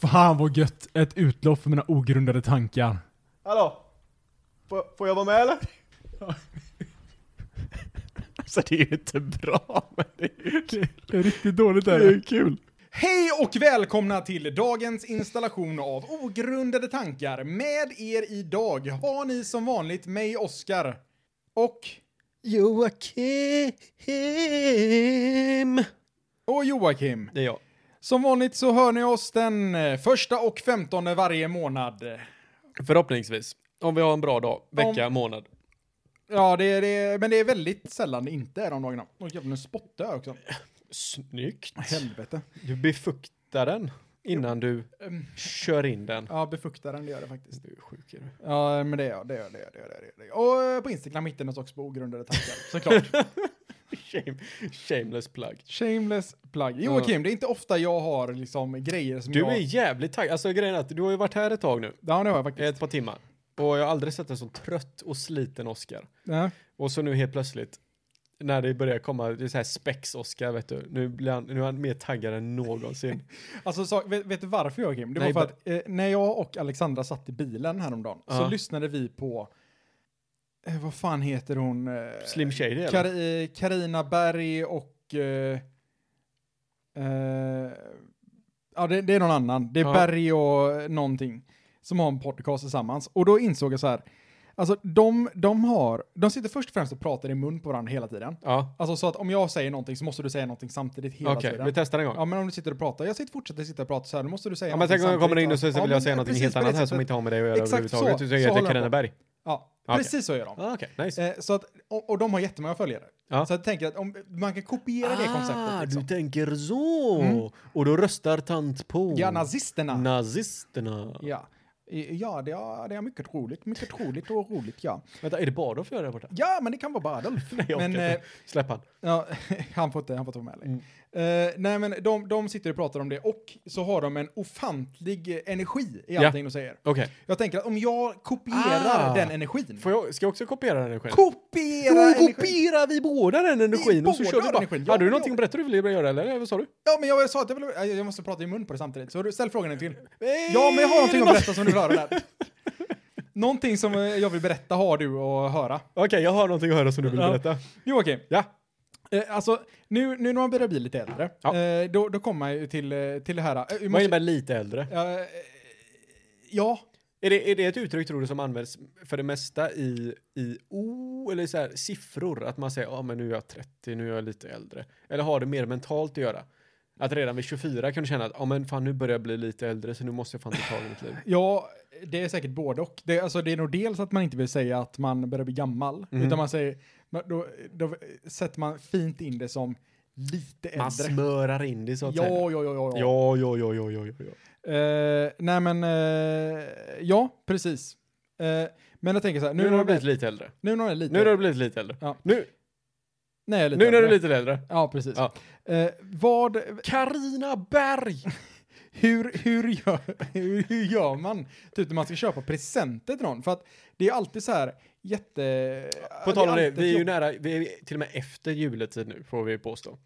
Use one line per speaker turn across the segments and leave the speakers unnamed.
Fan vad gött! Ett utlopp för mina ogrundade tankar.
Hallå? Får, får jag vara med eller?
Alltså det är ju inte bra, men det är ju kul.
Det är riktigt dåligt
Det är ju kul.
Hej och välkomna till dagens installation av Ogrundade tankar. Med er idag har ni som vanligt mig, Oskar. Och...
Joakim!
Och Joakim.
Det är jag.
Som vanligt så hör ni oss den eh, första och femtonde varje månad.
Förhoppningsvis. Om vi har en bra dag, vecka, månad.
Ja, det är, det är, men det är väldigt sällan det inte är de dagarna. Åh jävlar, nu spottar jag också.
Snyggt.
Helvete.
Du befuktar den innan du
Ehm,
kör in den.
Ja, befuktaren, det gör det faktiskt.
Du är sjuk är du.
Ja, men det gör jag, det gör jag, det gör jag, det gör jag, det gör jag. Och eh, på Instagram hittar ni oss också på ogrundade tankar, såklart.
Shame, shameless plug.
Shameless plug. Joakim, det är inte ofta jag har liksom grejer som
Du
jag...
är jävligt taggad. Alltså grejen är att du har ju varit här ett tag nu.
Ja, det har jag faktiskt.
Ett par timmar. Och jag har aldrig sett en så trött och sliten Oscar.
Ja.
Och så nu helt plötsligt, när det börjar komma, det är så här spex-Oscar vet du. Nu, blir han, nu är han mer taggad än någonsin.
Alltså, så, vet, vet du varför Joakim? Det var
Nej,
för att eh, när jag och Alexandra satt i bilen häromdagen så
Ja.
lyssnade vi på... Eh, vad fan heter hon? Eh,
Slim Shady eller?
Kar- eh, Carina Berg och... Eh, eh, ja, det, det är någon annan. Det är
Ja.
Berg och någonting som har en podcast tillsammans. Och då insåg jag så här, alltså de, de har, de sitter först och främst och pratar i mun på varandra hela tiden.
Ja,
Alltså så att om jag säger någonting så måste du säga någonting samtidigt hela
okej. Vi
tiden.
testar en gång.
Ja men om du sitter och pratar, jag sitter, fortsätter sitta och prata så här, då måste du säga
Ja, men tänk om jag kommer in och så vill
Ja, men
jag säga något
precis
helt
på det
annat här som
sättet.
inte har med det att göra
Exakt
överhuvudtaget.
så.
Så,
Så
jag heter
håller jag på.
Carina Berg.
Ja,
Okej.
precis så gör de.
Ah, Okej, nice.
Eh, så att, och, och de har jättemånga följare.
Ja. Ah,
Så jag tänker att om, man kan kopiera det konceptet. Liksom. Mm.
du tänker så! Och då röstar tant på
Ja, nazisterna.
nazisterna.
Ja, I- ja det, är, det är mycket roligt, mycket roligt och roligt, ja.
Vänta, är det bara då för göra där borta?
Ja, men det kan vara bara Adolf.
Nej, jag
men,
orkar
eh,
inte. Släpp han.
ja, han får inte, han får inte vara med längre.
Mm.
Eh, nej, men de, de sitter och pratar om det och så har de en ofantlig eh, energi i
Ja.
allting de säger.
Okej.
Jag tänker att om jag kopierar
Ah.
den energin.
Får jag, ska jag också kopiera den energin?
Kopiera
Då
energin!
kopierar vi båda den energin och så
båda
kör vi bara.
energin. Ja,
Hade du
ja.
någonting att berätta du ville göra eller vad sa du?
Ja, men jag sa att jag, vill, jag måste prata i mun på det samtidigt, så du- ställ frågan en till. Ja, men jag har någonting att berätta som du vill höra där. Någonting som eh, jag vill berätta har du att höra.
Okej, jag har någonting att höra som du vill
Ja.
berätta.
Joakim,
Ja.
Eh, alltså, nu, nu när man börjar bli lite äldre,
Ja.
eh, då, då kommer man ju till, eh, till det här. eh, vi
Vad
måste-
innebär lite äldre?
eh, eh, ja,
Är det, är det ett uttryck tror du som används för det mesta i, i o eller så här, siffror? Att man säger ja ah, men nu är jag 30, nu är jag lite äldre. Eller har det mer mentalt att göra? Att redan vid 24 kan du känna att ja ah, men fan nu börjar jag bli lite äldre så nu måste jag fan ta tag i mitt liv.
ja, det är säkert både och. Det, alltså, det är nog dels att man inte vill säga att man börjar bli gammal,
Mm.
utan man säger, men då, då sätter man fint in det som lite
Man
äldre.
smörar in det så att
Ja,
säga.
ja, ja, ja. ja.
Ja, ja, ja, ja, ja, ja, ja.
Eh, nej, men eh, ja, precis. Eh, men jag tänker så här,
Nu,
nu,
har
när
du
du
blivit
är
lite äldre.
nu när jag är lite...
Nu har du blivit lite äldre.
Ja.
Nu,
när jag är lite
nu när du är
äldre.
lite äldre.
Ja, precis.
Ja.
Eh, vad,
Karina Berg!
Hur, hur, gör, hur, hur gör man typ när man ska köpa presenter till någon? För att det är alltid så här jätte...
På tal om det,
alltid
vi är ju
jobb-
nära, vi är till och med efter juletid nu, får vi påstå.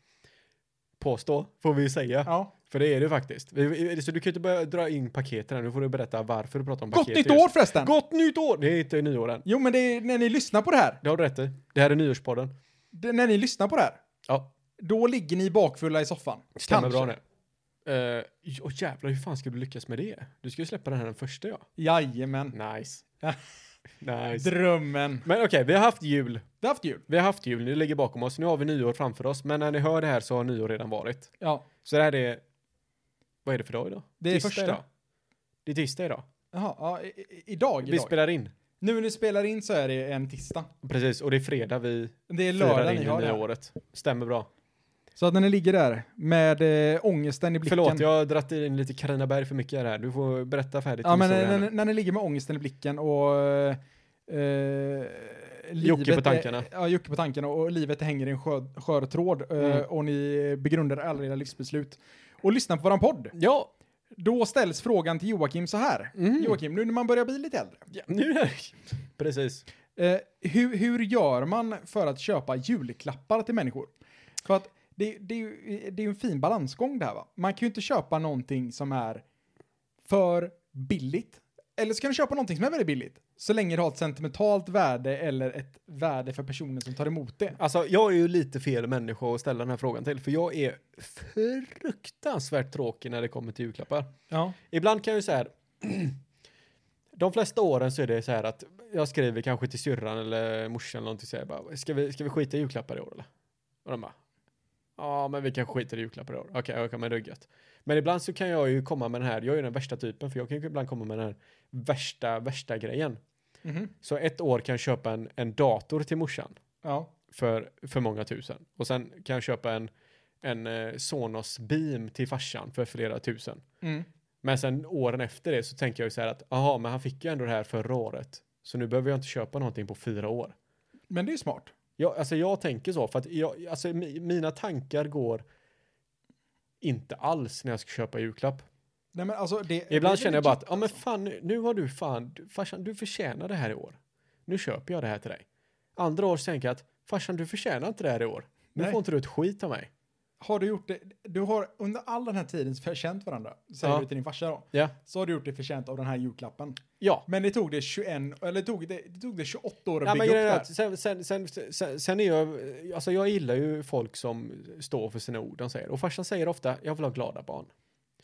Påstå, får vi ju säga.
Ja.
För det är det faktiskt. Vi- vi- Så du kan ju inte börja dra in paketen här, nu får du berätta varför du pratar om
Gott
paket.
nytt
just.
år förresten!
Gott nytt år! Det är inte nyår än.
Jo men det är när ni lyssnar på det här,
Det har du rätt i. Det här är nyårspodden.
det, när ni lyssnar på det här,
Ja,
då ligger ni bakfulla i soffan.
stämmer
Kanske.
bra nu. Uh, oh, jävlar, hur fan ska du lyckas med det? Du ska ju släppa den här den första ja.
Jajamän.
Nice.
Ja.
nice.
Drömmen.
Men okej, vi har haft jul.
Du har haft jul?
Vi har haft jul, det ligger bakom oss. Nu har vi nyår framför oss. Men när ni hör det här så har nyår redan varit.
Ja.
Så det här är... Vad är det för dag idag?
Det är
Tisdag
första.
idag. Det är tisdag idag.
Jaha, ja, i, i, idag,
Vi
idag.
spelar in.
Nu när ni spelar in så är det en tisdag.
Precis, och det är fredag vi
Det är
firar
lördag
in
ni
det
har det.
nya
här.
året. Stämmer bra.
Så att när ni ligger där med eh, ångesten i blicken.
Förlåt, jag har dratt in lite Carina Berg för mycket här. Du får berätta färdigt
Ja,
om
men eh,
historien
när,
här.
när, när ni ligger med ångesten i blicken och... Eh, eh, livet
på tankarna.
Är, ja, Jocke på tankarna och livet hänger i en skör, skör tråd eh,
Mm.
och ni begrundar alla era livsbeslut. Och lyssnar på våran podd.
Ja,
Då ställs frågan till Joakim så här.
Mm.
Joakim, nu när man börjar bli lite äldre.
ja, nu är det. Precis.
Eh, hur, hur gör man för att köpa julklappar till människor? För att det, det, är ju- det är ju en fin balansgång det här va? Man kan ju inte köpa någonting som är för billigt. Eller så kan du köpa någonting som är väldigt billigt. Så länge det har ett sentimentalt värde eller ett värde för personen som tar emot det.
Alltså, jag är ju lite fel människa att ställa den här frågan till, för jag är fruktansvärt tråkig när det kommer till julklappar.
Ja.
Ibland kan jag ju så här, de flesta åren så är det så här att jag skriver kanske till syrran eller morsan eller någonting så här, bara, ska vi, ska vi skita i julklappar i år eller? Och de bara, ja men vi kan skita i julklappar i år. Okej, okay, okay, men det är gött. Men ibland så kan jag ju komma med den här, jag är ju den värsta typen, för jag kan ju ibland komma med den här värsta, värsta grejen.
Mhm.
Så ett år kan jag köpa en, en dator till morsan
ja.
för, för många tusen. Och sen kan jag köpa en, en eh, Sonos Beam till farsan för flera tusen.
Mm.
Men sen åren efter det så tänker jag ju så här att, jaha, men han fick ju ändå det här förra året. Så nu behöver jag inte köpa någonting på fyra år.
Men det är ju smart.
Jag, alltså jag tänker så, för att jag, alltså, mi, mina tankar går inte alls när jag ska köpa julklapp.
Nej, men alltså, det,
Ibland
det är
känner jag bara att,
legit.
ja men fan, nu- nu har du fan, du- farsan, du förtjänar det här i år. Nu köper jag det här till dig. Andra år så tänker jag att, farsan du förtjänar inte det här i år. Nu
Nej.
får inte du ett skit av mig.
Har du gjort det, du har under all den här tiden förtjänt varandra, säger
Ja.
du till din farsa då.
Ja.
Så har du gjort det förtjänt av den här julklappen.
Ja.
Men det tog det 21, eller det tog det, det tog det 28 år att
Ja,
bygga
men
upp
grejen
det
är
här.
att sen, sen, sen, sen, sen är jag, alltså jag gillar ju folk som står för sina ord de säger. Och farsan säger ofta, jag vill ha glada barn.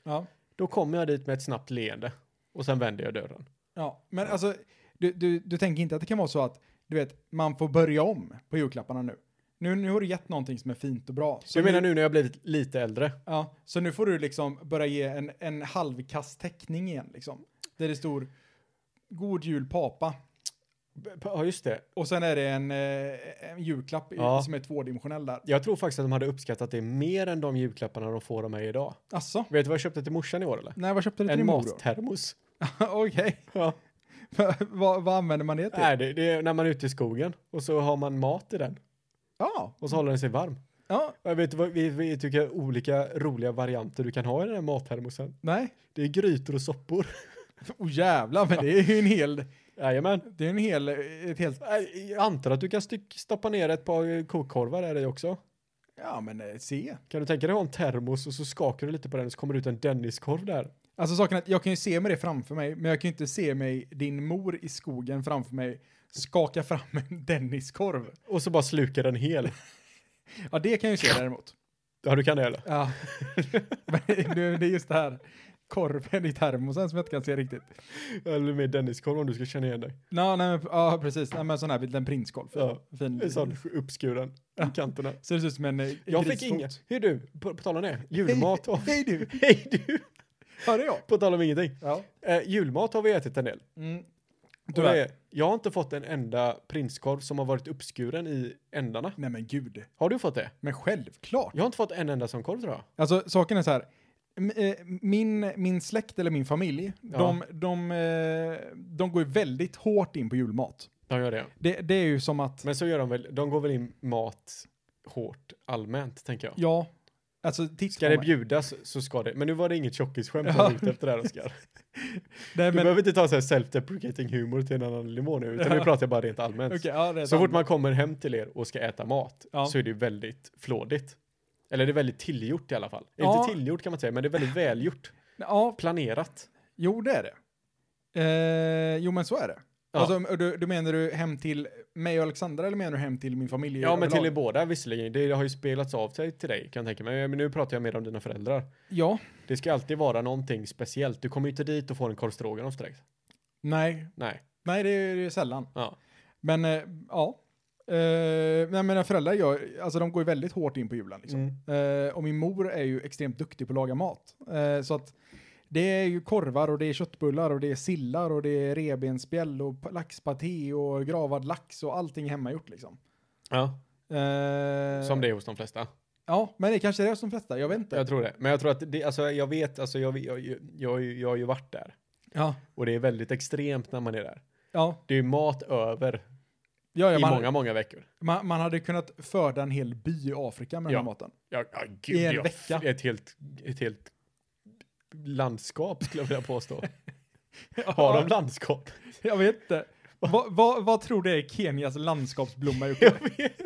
Ja.
Då kommer jag dit med ett snabbt leende och sen vänder jag dörren.
Ja, men alltså, du, du, du tänker inte att det kan vara så att, du vet, man får börja om på julklapparna nu. Nu, nu har du gett någonting som är fint och bra.
Så jag menar nu när jag blivit lite äldre.
Ja, så nu får du liksom börja ge en, en halvkass teckning igen, liksom. Där det står God Jul Papa.
B- Ja just det,
Och sen är det en, eh, en julklapp i-
Ja.
som är tvådimensionell där.
jag tror faktiskt att de hade uppskattat det mer än de julklapparna de får av mig idag.
Alltså,
Vet du vad jag köpte till morsan i år eller?
nej, vad köpte du till
En
din mor då?
mattermos.
Okej,
Ja.
vad, vad använder man det till?
Nej, det, det är när man är ute i skogen och så har man mat i den
Ja,
och så håller den sig varm.
ja,
Jag vet du vad, vi, vi tycker olika roliga varianter du kan ha i den här mattermosen.
nej.
Det är grytor och soppor.
Oh jävlar, men det är ju en hel,
Jajamän.
det är en hel, ett helt
Nej, Jag antar att du kan styck, stoppa ner ett par eh, kokkorvar där i också.
Ja, men eh, se.
Kan du tänka dig att ha en termos och så skakar du lite på den och så kommer det ut en Denniskorv där.
Alltså saken är att jag kan ju se mig det framför mig, men jag kan ju inte se mig, din mor i skogen framför mig, skaka fram en Denniskorv.
Och så bara slukar den hel.
Ja, det kan jag ju se däremot.
Ja, du kan det eller?
Ja. Men det det är just det här korven i termosen som jag inte kan se riktigt.
Eller med Denniskorv om du ska känna igen dig.
Nå, nej, men, ja, precis. Nej, men sån här liten prinskorv.
Ja.
Fin.
En sån uppskuren i kanterna.
Ser ut som en eh,
Jag fick
grisfot.
inget. Hur du, på, på tal om det, julmat.
Hej, hej du.
Hej du!
Ja, det är jag.
På tal om ingenting.
Ja.
Eh, julmat har vi ätit en del.
Mm.
Och
Tyvärr.
det är, jag har inte fått en enda prinskorv som har varit uppskuren i ändarna.
Nej, men gud.
Har du fått det?
Men självklart.
Jag har inte fått en enda sån korv tror jag.
Alltså saken är så här. M- eh, Min, min släkt eller min familj,
Ja.
de, de, eh, de går ju väldigt hårt in på julmat.
De gör det.
Det, det är ju som att,
Men så gör de väl, de går väl in mat hårt allmänt tänker jag.
ja, alltså titta
Ska
på
det
mig.
bjudas så ska det. Men nu var det inget tjockisskämt
Ja.
jag var ute efter där
Nej,
Oskar. Du
men,
behöver inte ta så här self-deprecating humor till en annan nivå nu, utan nu
Ja.
pratar jag bara rent allmänt.
Okej, ja, det är
Så fort
sant.
man kommer hem till er och ska äta mat
Ja.
så är det ju väldigt flådigt. Eller det är väldigt tillgjort i alla fall.
Ja.
Inte tillgjort kan man säga, men det är väldigt välgjort.
Ja,
Planerat.
jo det är det. Eh, jo men så är det.
Ja.
Alltså, och du, du menar du hem till mig och Alexandra eller menar du hem till min familj?
Ja, men till er
överlag?
båda visserligen. Det har ju spelats av sig till dig kan jag tänka mig. Men nu pratar jag mer om dina föräldrar.
Ja,
Det ska alltid vara någonting speciellt. Du kommer ju inte dit och får en korv stroganoff direkt.
nej,
Nej.
nej det är det är sällan.
Ja.
Men eh, ja. Eh, nej, mina föräldrar gör, alltså de går ju väldigt hårt in på julen liksom. Eh, och min mor är ju extremt duktig på att laga mat. Eh, så att det är ju korvar och det är köttbullar och det är sillar och det är revbensspjäll och p- laxpaté och gravad lax och allting hemmagjort liksom.
ja.
Eh,
Som det är hos de flesta.
Ja, men det kanske är det som flesta, jag vet inte.
Jag tror det. Men jag tror att det, alltså jag vet, alltså jag, jag, jag, jag, jag har ju varit där.
Ja,
Och det är väldigt extremt när man är där.
ja,
Det är ju mat över
ja, ja
i
man,
många, många veckor.
Man, man hade kunnat föda en hel by i Afrika med den
Ja.
här maten.
Ja, ja gud.
I en
ja,
vecka.
Ett helt, ett helt landskap skulle jag vilja påstå. Har de landskap?
Jag vet inte. Vad va, vad tror du är Kenias landskapsblomma? Jocke?
Jag vet.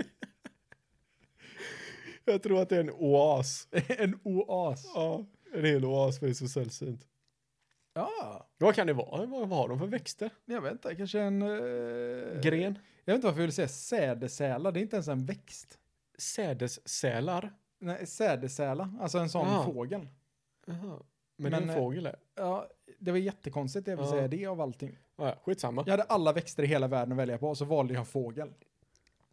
Jag tror att det är en oas.
en oas.
Ja, en hel oas för det är så sällsynt.
Ja,
Vad kan det vara? Vad vad har de för växter?
jag vet inte, kanske en... eh,
Gren?
Jag vet inte varför jag vill säga sädesäla, det är inte ens en växt.
Sädessälar?
Nej, sädesäla, alltså en sån
Ah.
fågel.
Jaha. Men, det
Men,
är
eh,
en fågel det.
Ja, det var jättekonstigt jag vill
Ja.
säga det av allting.
Ja, ja, skitsamma.
Jag hade alla växter i hela världen att välja på och så valde jag fågel.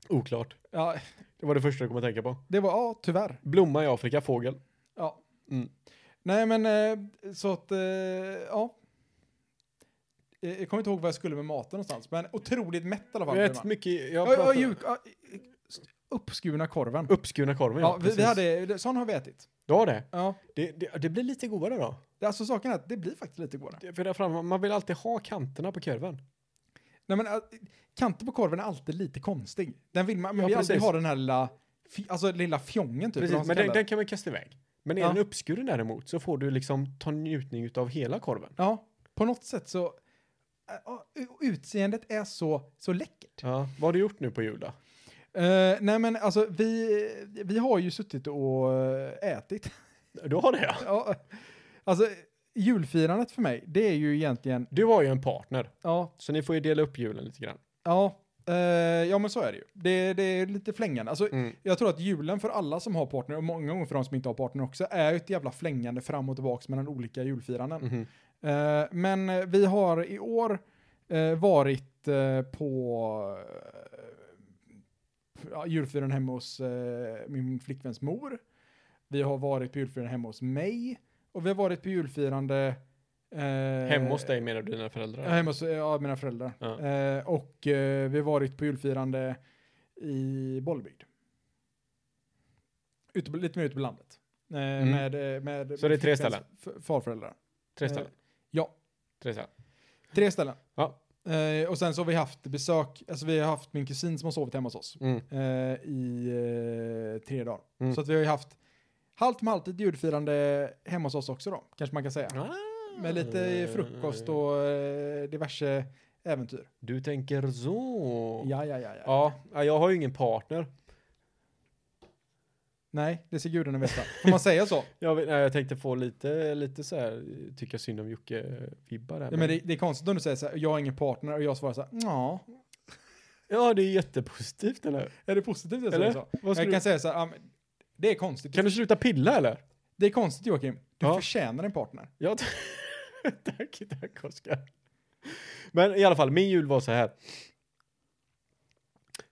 Oklart.
Ja,
Det var det första jag kom att tänka på.
det var, ja, tyvärr.
Blomma i Afrika, fågel.
Ja.
Mm.
Nej, men eh, så att, eh, ja. Eh, Jag kommer inte ihåg vad jag skulle med maten någonstans, men otroligt mätt i alla fall.
Rätt
Gunnar.
mycket, jag
Ja, ja,
pratar,
djuk, ja, st- uppskurna korven.
uppskurna korven.
ja, vi, vi
precis.
hade, det- sån har vi ätit.
Du har det.
Ja.
Det, det. det blir lite godare då.
Det- Alltså saken är att det blir faktiskt lite godare.
Det- För där framme, man vill alltid ha kanterna på kurven.
Nej, men, äh, kanten på korven är alltid lite konstig. Den vill man, man
Ja,
vill alltid
precis.
ha den här lilla, fi- alltså lilla fjongen typ. eller vad
Precis,
man
men
ska
den,
kalla
den kan man kasta iväg. Men är
Ja.
den uppskuren däremot så får du liksom ta njutning av hela korven.
Ja, på något sätt så, äh, ja, u- utseendet är så, så läckert.
Ja. Vad har du gjort nu på jul då?
Eh, nej men alltså vi, vi har ju suttit och eh, ätit.
Du har det ja.
ja, alltså julfirandet för mig, det är ju egentligen,
Du har ju en partner,
ja,
så ni får ju dela upp julen lite grann.
ja, eh, ja men så är det ju. Det, det är lite flängande. Alltså
Mm.
jag tror att julen för alla som har partner, och många gånger för de som inte har partner också, är ju ett jävla flängande fram och tillbaks mellan olika julfiranden.
Mhm.
Eh, men eh, vi har i år eh, varit eh, på eh, ja, julfiran hemma hos eh, min flickväns mor. Vi har varit på julfiran hemma hos mig. Och vi har varit på julfirande... Eh,
Hemma hos dig menar du dina föräldrar?
Ja, hemma hos ja, mina föräldrar.
Ja.
Eh, och eh, vi har varit på julfirande i Bollbygd. Ute, på- lite mer ute på landet. Eh,
Mm.
med, eh, med
Så det är tre
flickväns
ställen?
f- Farföräldrar.
Tre
eh.
ställen?
ja.
Tre ställen.
Tre ställen.
Ja.
Eh, och sen så har vi haft besök, alltså vi har haft min kusin som har sovit hemma hos oss
Mm.
eh, i eh, tre dagar.
Mm.
Så att vi har ju haft halvt med halvt ett julfirande hemma hos oss också då, kanske man kan säga.
Ah.
Med lite frukost och eh, diverse äventyr.
Du tänker så.
Ja, ja, ja, ja.
Ja, ja, jag har ju ingen partner.
Nej, det ser gudarna veta. Får man säga så?
Jag, vet, nej, jag tänkte få lite, lite så här, tycka synd om Jocke-vibbar här.
Ja, men det, det är konstigt om du säger så här, jag har ingen partner och jag svarar så här, ja.
ja, det är jättepositivt eller?
Är det positivt jag
Eller?
säger så?
Vad
Jag
skulle
kan säga så här, ja, men det är konstigt.
du, kan du sluta pilla eller?
Det är konstigt Joakim, du
Ja.
förtjänar en partner.
Ja, t- tack, tack Oskar. Men i alla fall, min jul var så här.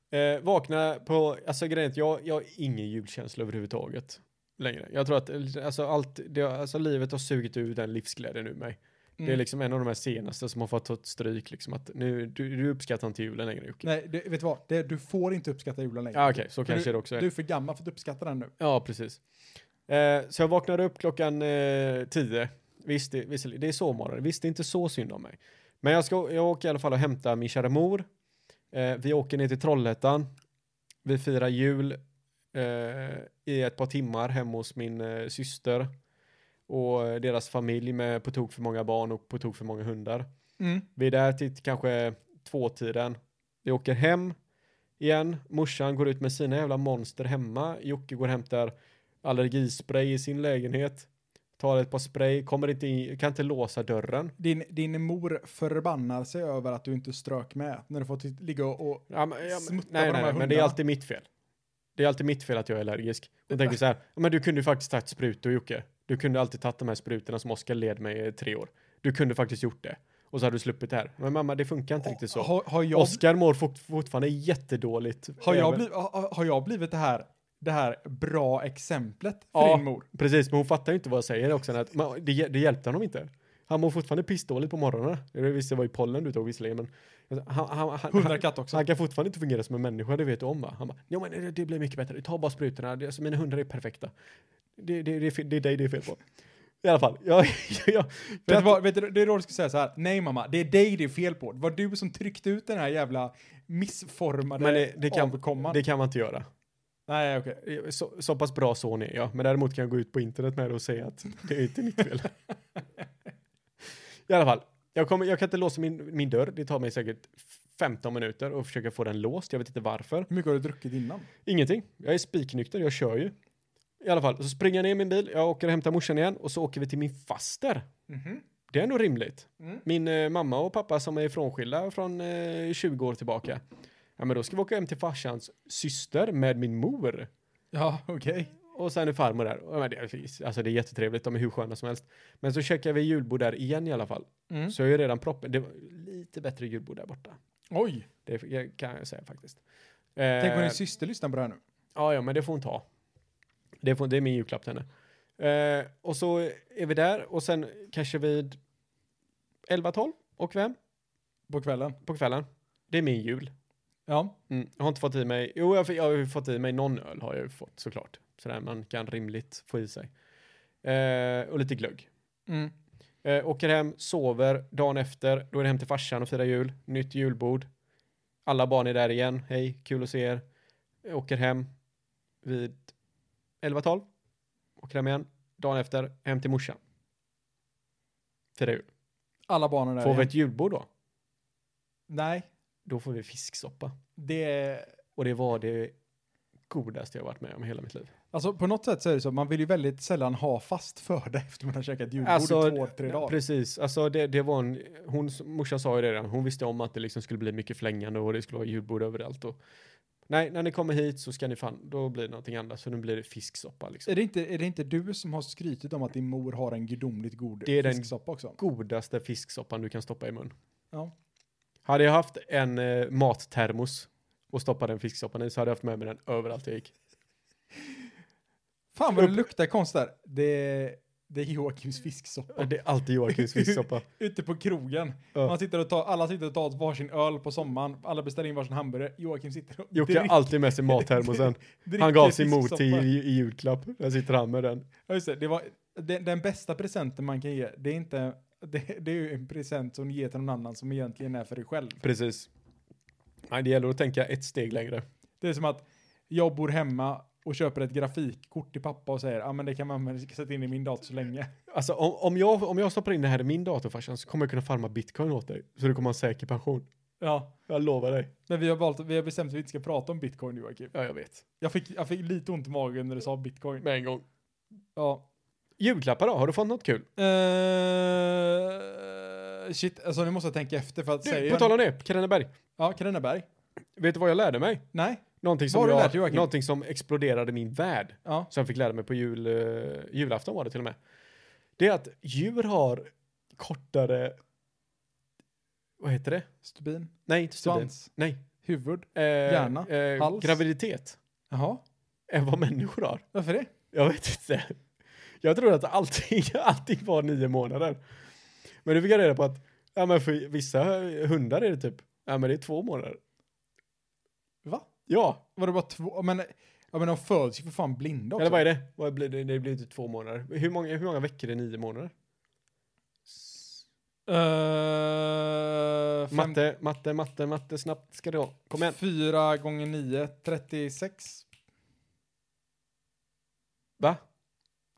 Eh, vakna på, alltså grejen är att jag, jag har ingen julkänsla överhuvudtaget längre. Jag tror att eh, alltså, allt, det, har- alltså, livet har sugit ur den livsglädjen ur mig. Det är
Mm.
liksom en av de här senaste som har fått ta ett stryk liksom att nu, du, du uppskattar inte julen längre Jocke.
Nej, det, vet du vad? Det, du får inte uppskatta julen längre.
Ja okej, så
För
kanske det också
du,
är.
du är för gammal för att uppskatta den nu.
Ja, precis. Eh, så jag vaknade upp klockan eh, tio. Visst, det, visst, det är sovmorgon. Visst, det är inte så synd om mig. Men jag, ska, jag åker i alla fall och hämtar min kära mor. Eh, vi åker ner till Trollhättan. Vi firar jul eh, i ett par timmar hemma hos min eh, syster och eh, deras familj med på tok för många barn och på tok för många hundar.
Mm.
Vi är där till kanske tvåtiden. Vi åker hem igen. Morsan går ut med sina jävla monster hemma. Jocke går och hämtar allergispray i sin lägenhet. Tar ett par spray, kommer inte in, kan inte låsa dörren.
Din, din mor förbannar sig över att du inte strök med när du får tit- ligga och... och
Ja, men, ja, men,
Smutta på
nej,
de
nej,
här
nej, men det är
hundarna.
alltid mitt fel. Det är alltid mitt fel att jag är allergisk. Hon tänker så här, "Ja, men du kunde ju faktiskt tagit sprutor Jocke. Du kunde alltid tagit de här sprutorna som Oskar led mig i tre år. Du kunde faktiskt gjort det. Och så hade du sluppit det här. Men mamma, det funkar inte riktigt så.
har, har, jag,
Oskar mår fort, fortfarande jättedåligt.
har, jag
Även-
blivit, har, har jag blivit det här, det här bra exemplet för
Ja.
din mor?
Precis, men hon fattar ju inte vad jag säger också. Att man, det, hjä- det hjälpte honom inte. Han mår fortfarande pissdåligt på morgonen. Jag visste det var ju pollen du tog visserligen, men alltså, han, han, han,
Hundra
han,
katt också.
han kan fortfarande inte fungera som en människa, det vet du om va? Han bara, jo men det, det blir mycket bättre, ta bara sprutorna, det, alltså, mina hundar är perfekta. Det, det, det, är fe- det är dig det är fel på. I alla fall, jag, jag, jag,
Vet du, vad, vet du, det är då du ska säga så här, nej mamma, det är dig det är fel på. Det var du som tryckte ut den här jävla missformade
men det, det, kan,
avkomman.
det kan man inte göra.
nej, okej.
Eh, Så, så pass bra son är jag, men däremot kan jag gå ut på internet med det och säga att det är inte mitt fel. I alla fall, jag, kommer, jag kan inte låsa min, min dörr, det tar mig säkert 15 minuter att försöka få den låst, jag vet inte varför.
Hur mycket har du druckit innan?
Ingenting, jag är spiknykter, jag kör ju. I alla fall, så springer jag ner i min bil, jag åker och hämtar morsan igen och så åker vi till min faster.
Mhm.
Det är ändå rimligt.
Mm.
Min eh, mamma och pappa som är frånskilda från eh, 20 år tillbaka. Ja, men då ska vi åka hem till farsans syster med min mor.
Ja, okej.
Och sen är farmor där. Och, ja, men det, är- alltså det är jättetrevligt, de är hur sköna som helst. Men så checkar vi julbord där igen i alla fall.
Mm.
Så jag är ju redan proppen. Det var lite bättre julbord där borta.
Oj,
Det kan jag säga faktiskt.
tänk om
Eh,
din syster lyssnar på det här nu.
Ja, ja, men det får hon ta. Det, får, det är min julklapp till henne. Eh, och så är vi där och sen kanske vid 11-12 och vem?
På kvällen.
På kvällen. Det är min jul.
Ja,
Mm. Jag har inte fått i mig, jo jag, har- jag har ju fått i mig någon öl har jag ju fått såklart. Sådär man kan rimligt få i sig. Eh, och lite glögg.
mm.
Eh, åker hem, sover, dagen efter, då är det hem till farsan och firar jul. Nytt julbord. Alla barn är där igen. Hej, kul att se er. Jag åker hem vid 11-12. Åker hem igen. Dagen efter, hem till morsan. Firar jul.
alla barnen där
Får vi
igen.
ett julbord då?
Nej,
Då får vi fisksoppa.
det är...
Och det var det godaste jag varit med om i hela mitt liv.
Alltså på något sätt så är det så, man vill ju väldigt sällan ha fast föda efter man har käkat julbord i två, tre dagar.
Alltså, Precis, alltså det, det var en, hon, morsan sa ju det redan, hon visste om att det liksom skulle bli mycket flängande och det skulle vara julbord överallt och nej, när ni kommer hit så ska ni fan, då blir det någonting annat, så nu blir det fisksoppa liksom.
Är det, inte, är det inte du som har skrytit om att din mor har en gudomligt god
Det är den-
fisksoppa också?
Godaste fisksoppan du kan stoppa i mun.
Ja.
Hade jag haft en eh, mattermos och stoppat den fisksoppan i så hade jag haft med mig den överallt jag gick.
Fan vad det luktar konst där. Det, det är Joakims fisksoppa.
Det är alltid Joakims fisksoppa.
Ute på krogen.
Ja.
Man sitter och tar, alla sitter och tar varsin öl på sommaren. Alla beställer in varsin hamburgare. Joakim sitter och
Jocke har alltid med sig mattermosen.
dricker
Han gav sin mor
fisksoppa.
till i, i julklapp. Där sitter han med den.
Ja, just det. det var, den, den bästa presenten man kan ge, det är inte... Det, det är ju en present som du ger till någon annan som egentligen är för dig själv.
Precis. Nej, det gäller att tänka ett steg längre.
Det är som att jag bor hemma och köper ett grafikkort till pappa och säger ja ah, men det kan man använda- sätta in i min dator så länge.
Alltså om, om, jag, om jag stoppar in det här i min dator farsan så kommer jag kunna farma bitcoin åt dig. Så du kommer ha en säker pension.
Ja,
Jag lovar dig.
men vi har, valt, vi har bestämt att vi inte ska prata om bitcoin Joakim.
Ja, jag vet.
Jag fick, jag fick lite ont i magen när du sa bitcoin.
Med en gång.
Ja.
Julklappar då? Har du fått något kul?
Eh, shit, alltså nu måste jag tänka efter för att
Du,
säga...
på tal om det, Karinneberg.
Ja, Karinneberg.
Vet du vad jag lärde mig?
Nej?
Någonting
Vad
som,
har du lärt dig,
jag,
Joakim?
någonting som exploderade min värld.
Ja.
Som jag fick lära mig på jul, eh, julafton var det till och med. Det är att djur har kortare... Vad heter det?
Stubin?
Nej, inte student.
Svans?
Nej.
Huvud?
Eh,
Hjärna,
eh,
hals.
Graviditet.
Jaha,
Än vad människor har.
varför det?
Jag vet inte. Jag tror att allting, allting var nio månader. Men nu fick jag reda på att ja, men för vissa hundar är det typ, ja men det är två månader.
Va?
Ja,
Var det bara två? Men, ja, men de föds ju för fan blinda också.
eller vad är det? Vad blir det? Det blir inte två månader. Hur många, hur många veckor är nio månader?
Eh, fem-
Matte, matte, matte, matte, snabbt ska det gå. Kom igen.
4 gånger 9, 36.
Va?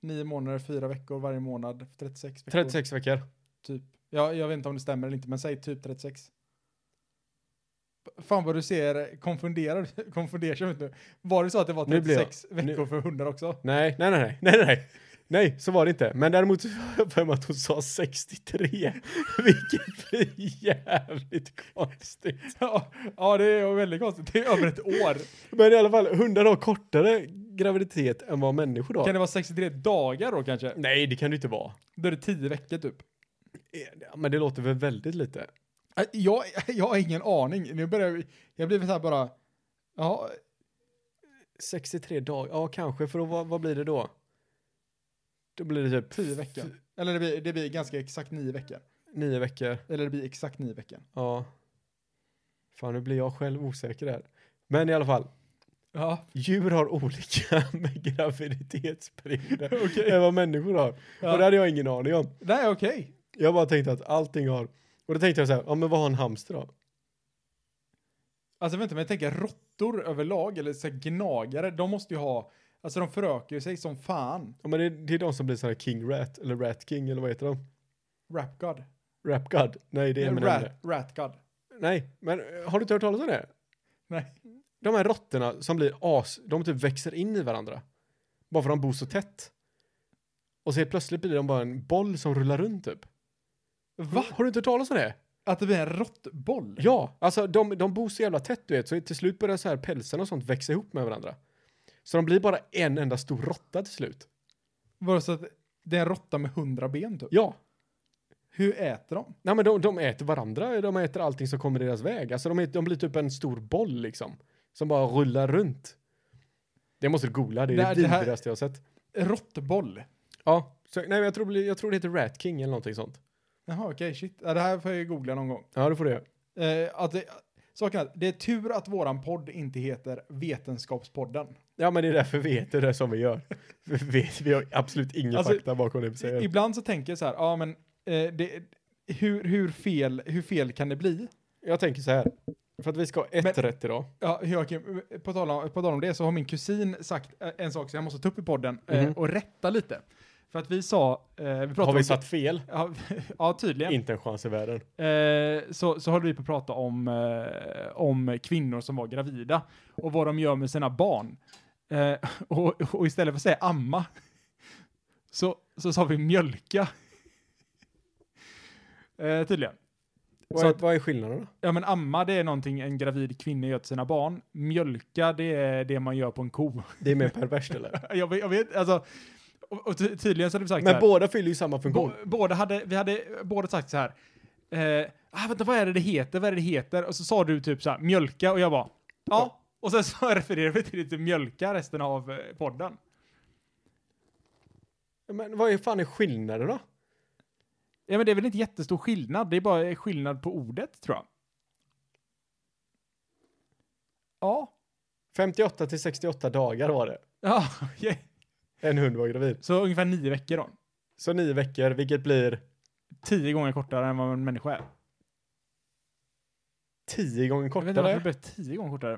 9 månader, 4 veckor varje månad. 36 veckor.
36 veckor.
Typ. Ja, jag vet inte om det stämmer eller inte, men säg typ 36. Fan vad du ser konfunderar, konfunderar sig ut nu. Var det så att det var
Nu blir jag-
36 veckor för hundar också?
Nej, nej, nej, nej, nej, nej. Nej, så var det inte. Men däremot så har jag för mig att hon sa 63, vilket blir jävligt konstigt.
Ja, ja, det är väldigt konstigt. Det är över ett år.
Men i alla fall, hundar har kortare graviditet än vad människor har.
Kan det vara 63 dagar då kanske?
Nej, det kan det inte vara.
Då är det 10 veckor typ.
Eh, Ja, Men det låter väl väldigt lite.
Äh, Jag, jag har ingen aning. Nu börjar jag, jag blir så här bara, ja,
63 dagar, ja kanske, för då, vad, vad blir det då? Då blir det typ
tio veckor. Eller det blir, det blir ganska exakt nio veckor.
nio veckor.
Eller det blir exakt nio veckor.
Ja. Fan, nu blir jag själv osäker här. Men i alla fall,
Ja,
djur har olika med graviditetsperioder
Okej.
än vad människor har.
Ja.
Och det hade jag ingen aning om.
nej okej.
Jag bara tänkte att allting har. Och då tänkte jag så här, ja men vad har en hamster då?
Alltså vänta, men jag tänker råttor överlag, eller så här gnagare, de måste ju ha, alltså de förökar ju sig som fan.
Ja men det, det är de som blir sådana här King Rat, eller Rat King, eller vad heter de?
Rap God.
Rap God? Nej, det är Eminem
Rat,
det.
rat God.
Nej, men eh, har du inte hört talas om det?
Nej.
De här råttorna som blir as, de typ växer in i varandra. Bara för att de bor så tätt. Och så helt plötsligt blir de bara en boll som rullar runt typ.
Va?
Har du inte hört talas om det?
Att det blir en råttboll?
Ja, alltså de, de bor så jävla tätt du vet, så till slut börjar så här pälsen och sånt växa ihop med varandra. Så de blir bara en enda stor råtta till slut.
Var det så att det är en råtta med hundra ben typ?
Ja,
Hur äter de?
nej men de, de äter varandra, de äter allting som kommer deras väg. Alltså de, är- de blir typ en stor boll liksom, som bara rullar runt. Det måste du googla, det är
Det
det,
här- det här-
vidrigaste jag har sett.
Råttboll?
Ja, så, nej men jag tror, det blir- jag tror det heter Rat King eller någonting sånt.
Jaha, okej, shit. Ja, det här får jag ju googla någon gång.
Ja, det får du göra.
Eh, att det, saken är, att det är tur att våran podd inte heter Vetenskapspodden.
Ja, men det är därför vi heter det som vi gör. Vi, vet- vi har absolut inga
Alltså,
fakta bakom det vi säger.
I, ibland så tänker jag så här, ja men eh, det, hur, hur, fel, hur fel kan det bli?
Jag tänker så här, för att vi ska ha ett
Men-
rätt idag.
Ja, Joakim, på tal, om, på tal om det så har min kusin sagt eh, en sak som jag måste ta upp i podden eh,
Mhm.
och rätta lite. För att vi sa, eh, vi pratade
Har vi
om-
satt fel?
Ja, ja tydligen.
Inte en chans i världen.
Eh, så, så höll vi på att prata om, eh, om kvinnor som var gravida och vad de gör med sina barn. Eh, och, och istället för att säga amma så, så sa vi mjölka. Eh, tydligen.
Vad
Så
är,
att-
vad är skillnaden då?
Ja men amma det är någonting en gravid kvinna gör till sina barn. Mjölka det är det man gör på en ko.
Det är mer perverst eller?
jag, vet, jag vet, alltså. Och, och ty- tydligen så hade vi sagt så
Men
här-
båda fyller ju samma
Bå-
funktion.
båda hade, vi hade båda sagt så här. Eh, ah, vänta, vad är det det heter? Vad är det det heter? Och så sa du typ så här, mjölka och jag bara, ja. Och sen så refererade vi till lite mjölka resten av eh, podden.
Men vad är fan är skillnaden då?
Ja, men det är väl inte jättestor skillnad. Det är bara skillnad på ordet tror jag. Ja.
58 till 68 dagar var det.
Ja, okej.
En hund var gravid.
Så ungefär nio veckor då.
Så nio veckor, vilket blir
Tio gånger kortare än vad en människa är.
tio gånger
Jag vet inte varför det
kortare.
blev tio gånger kortare.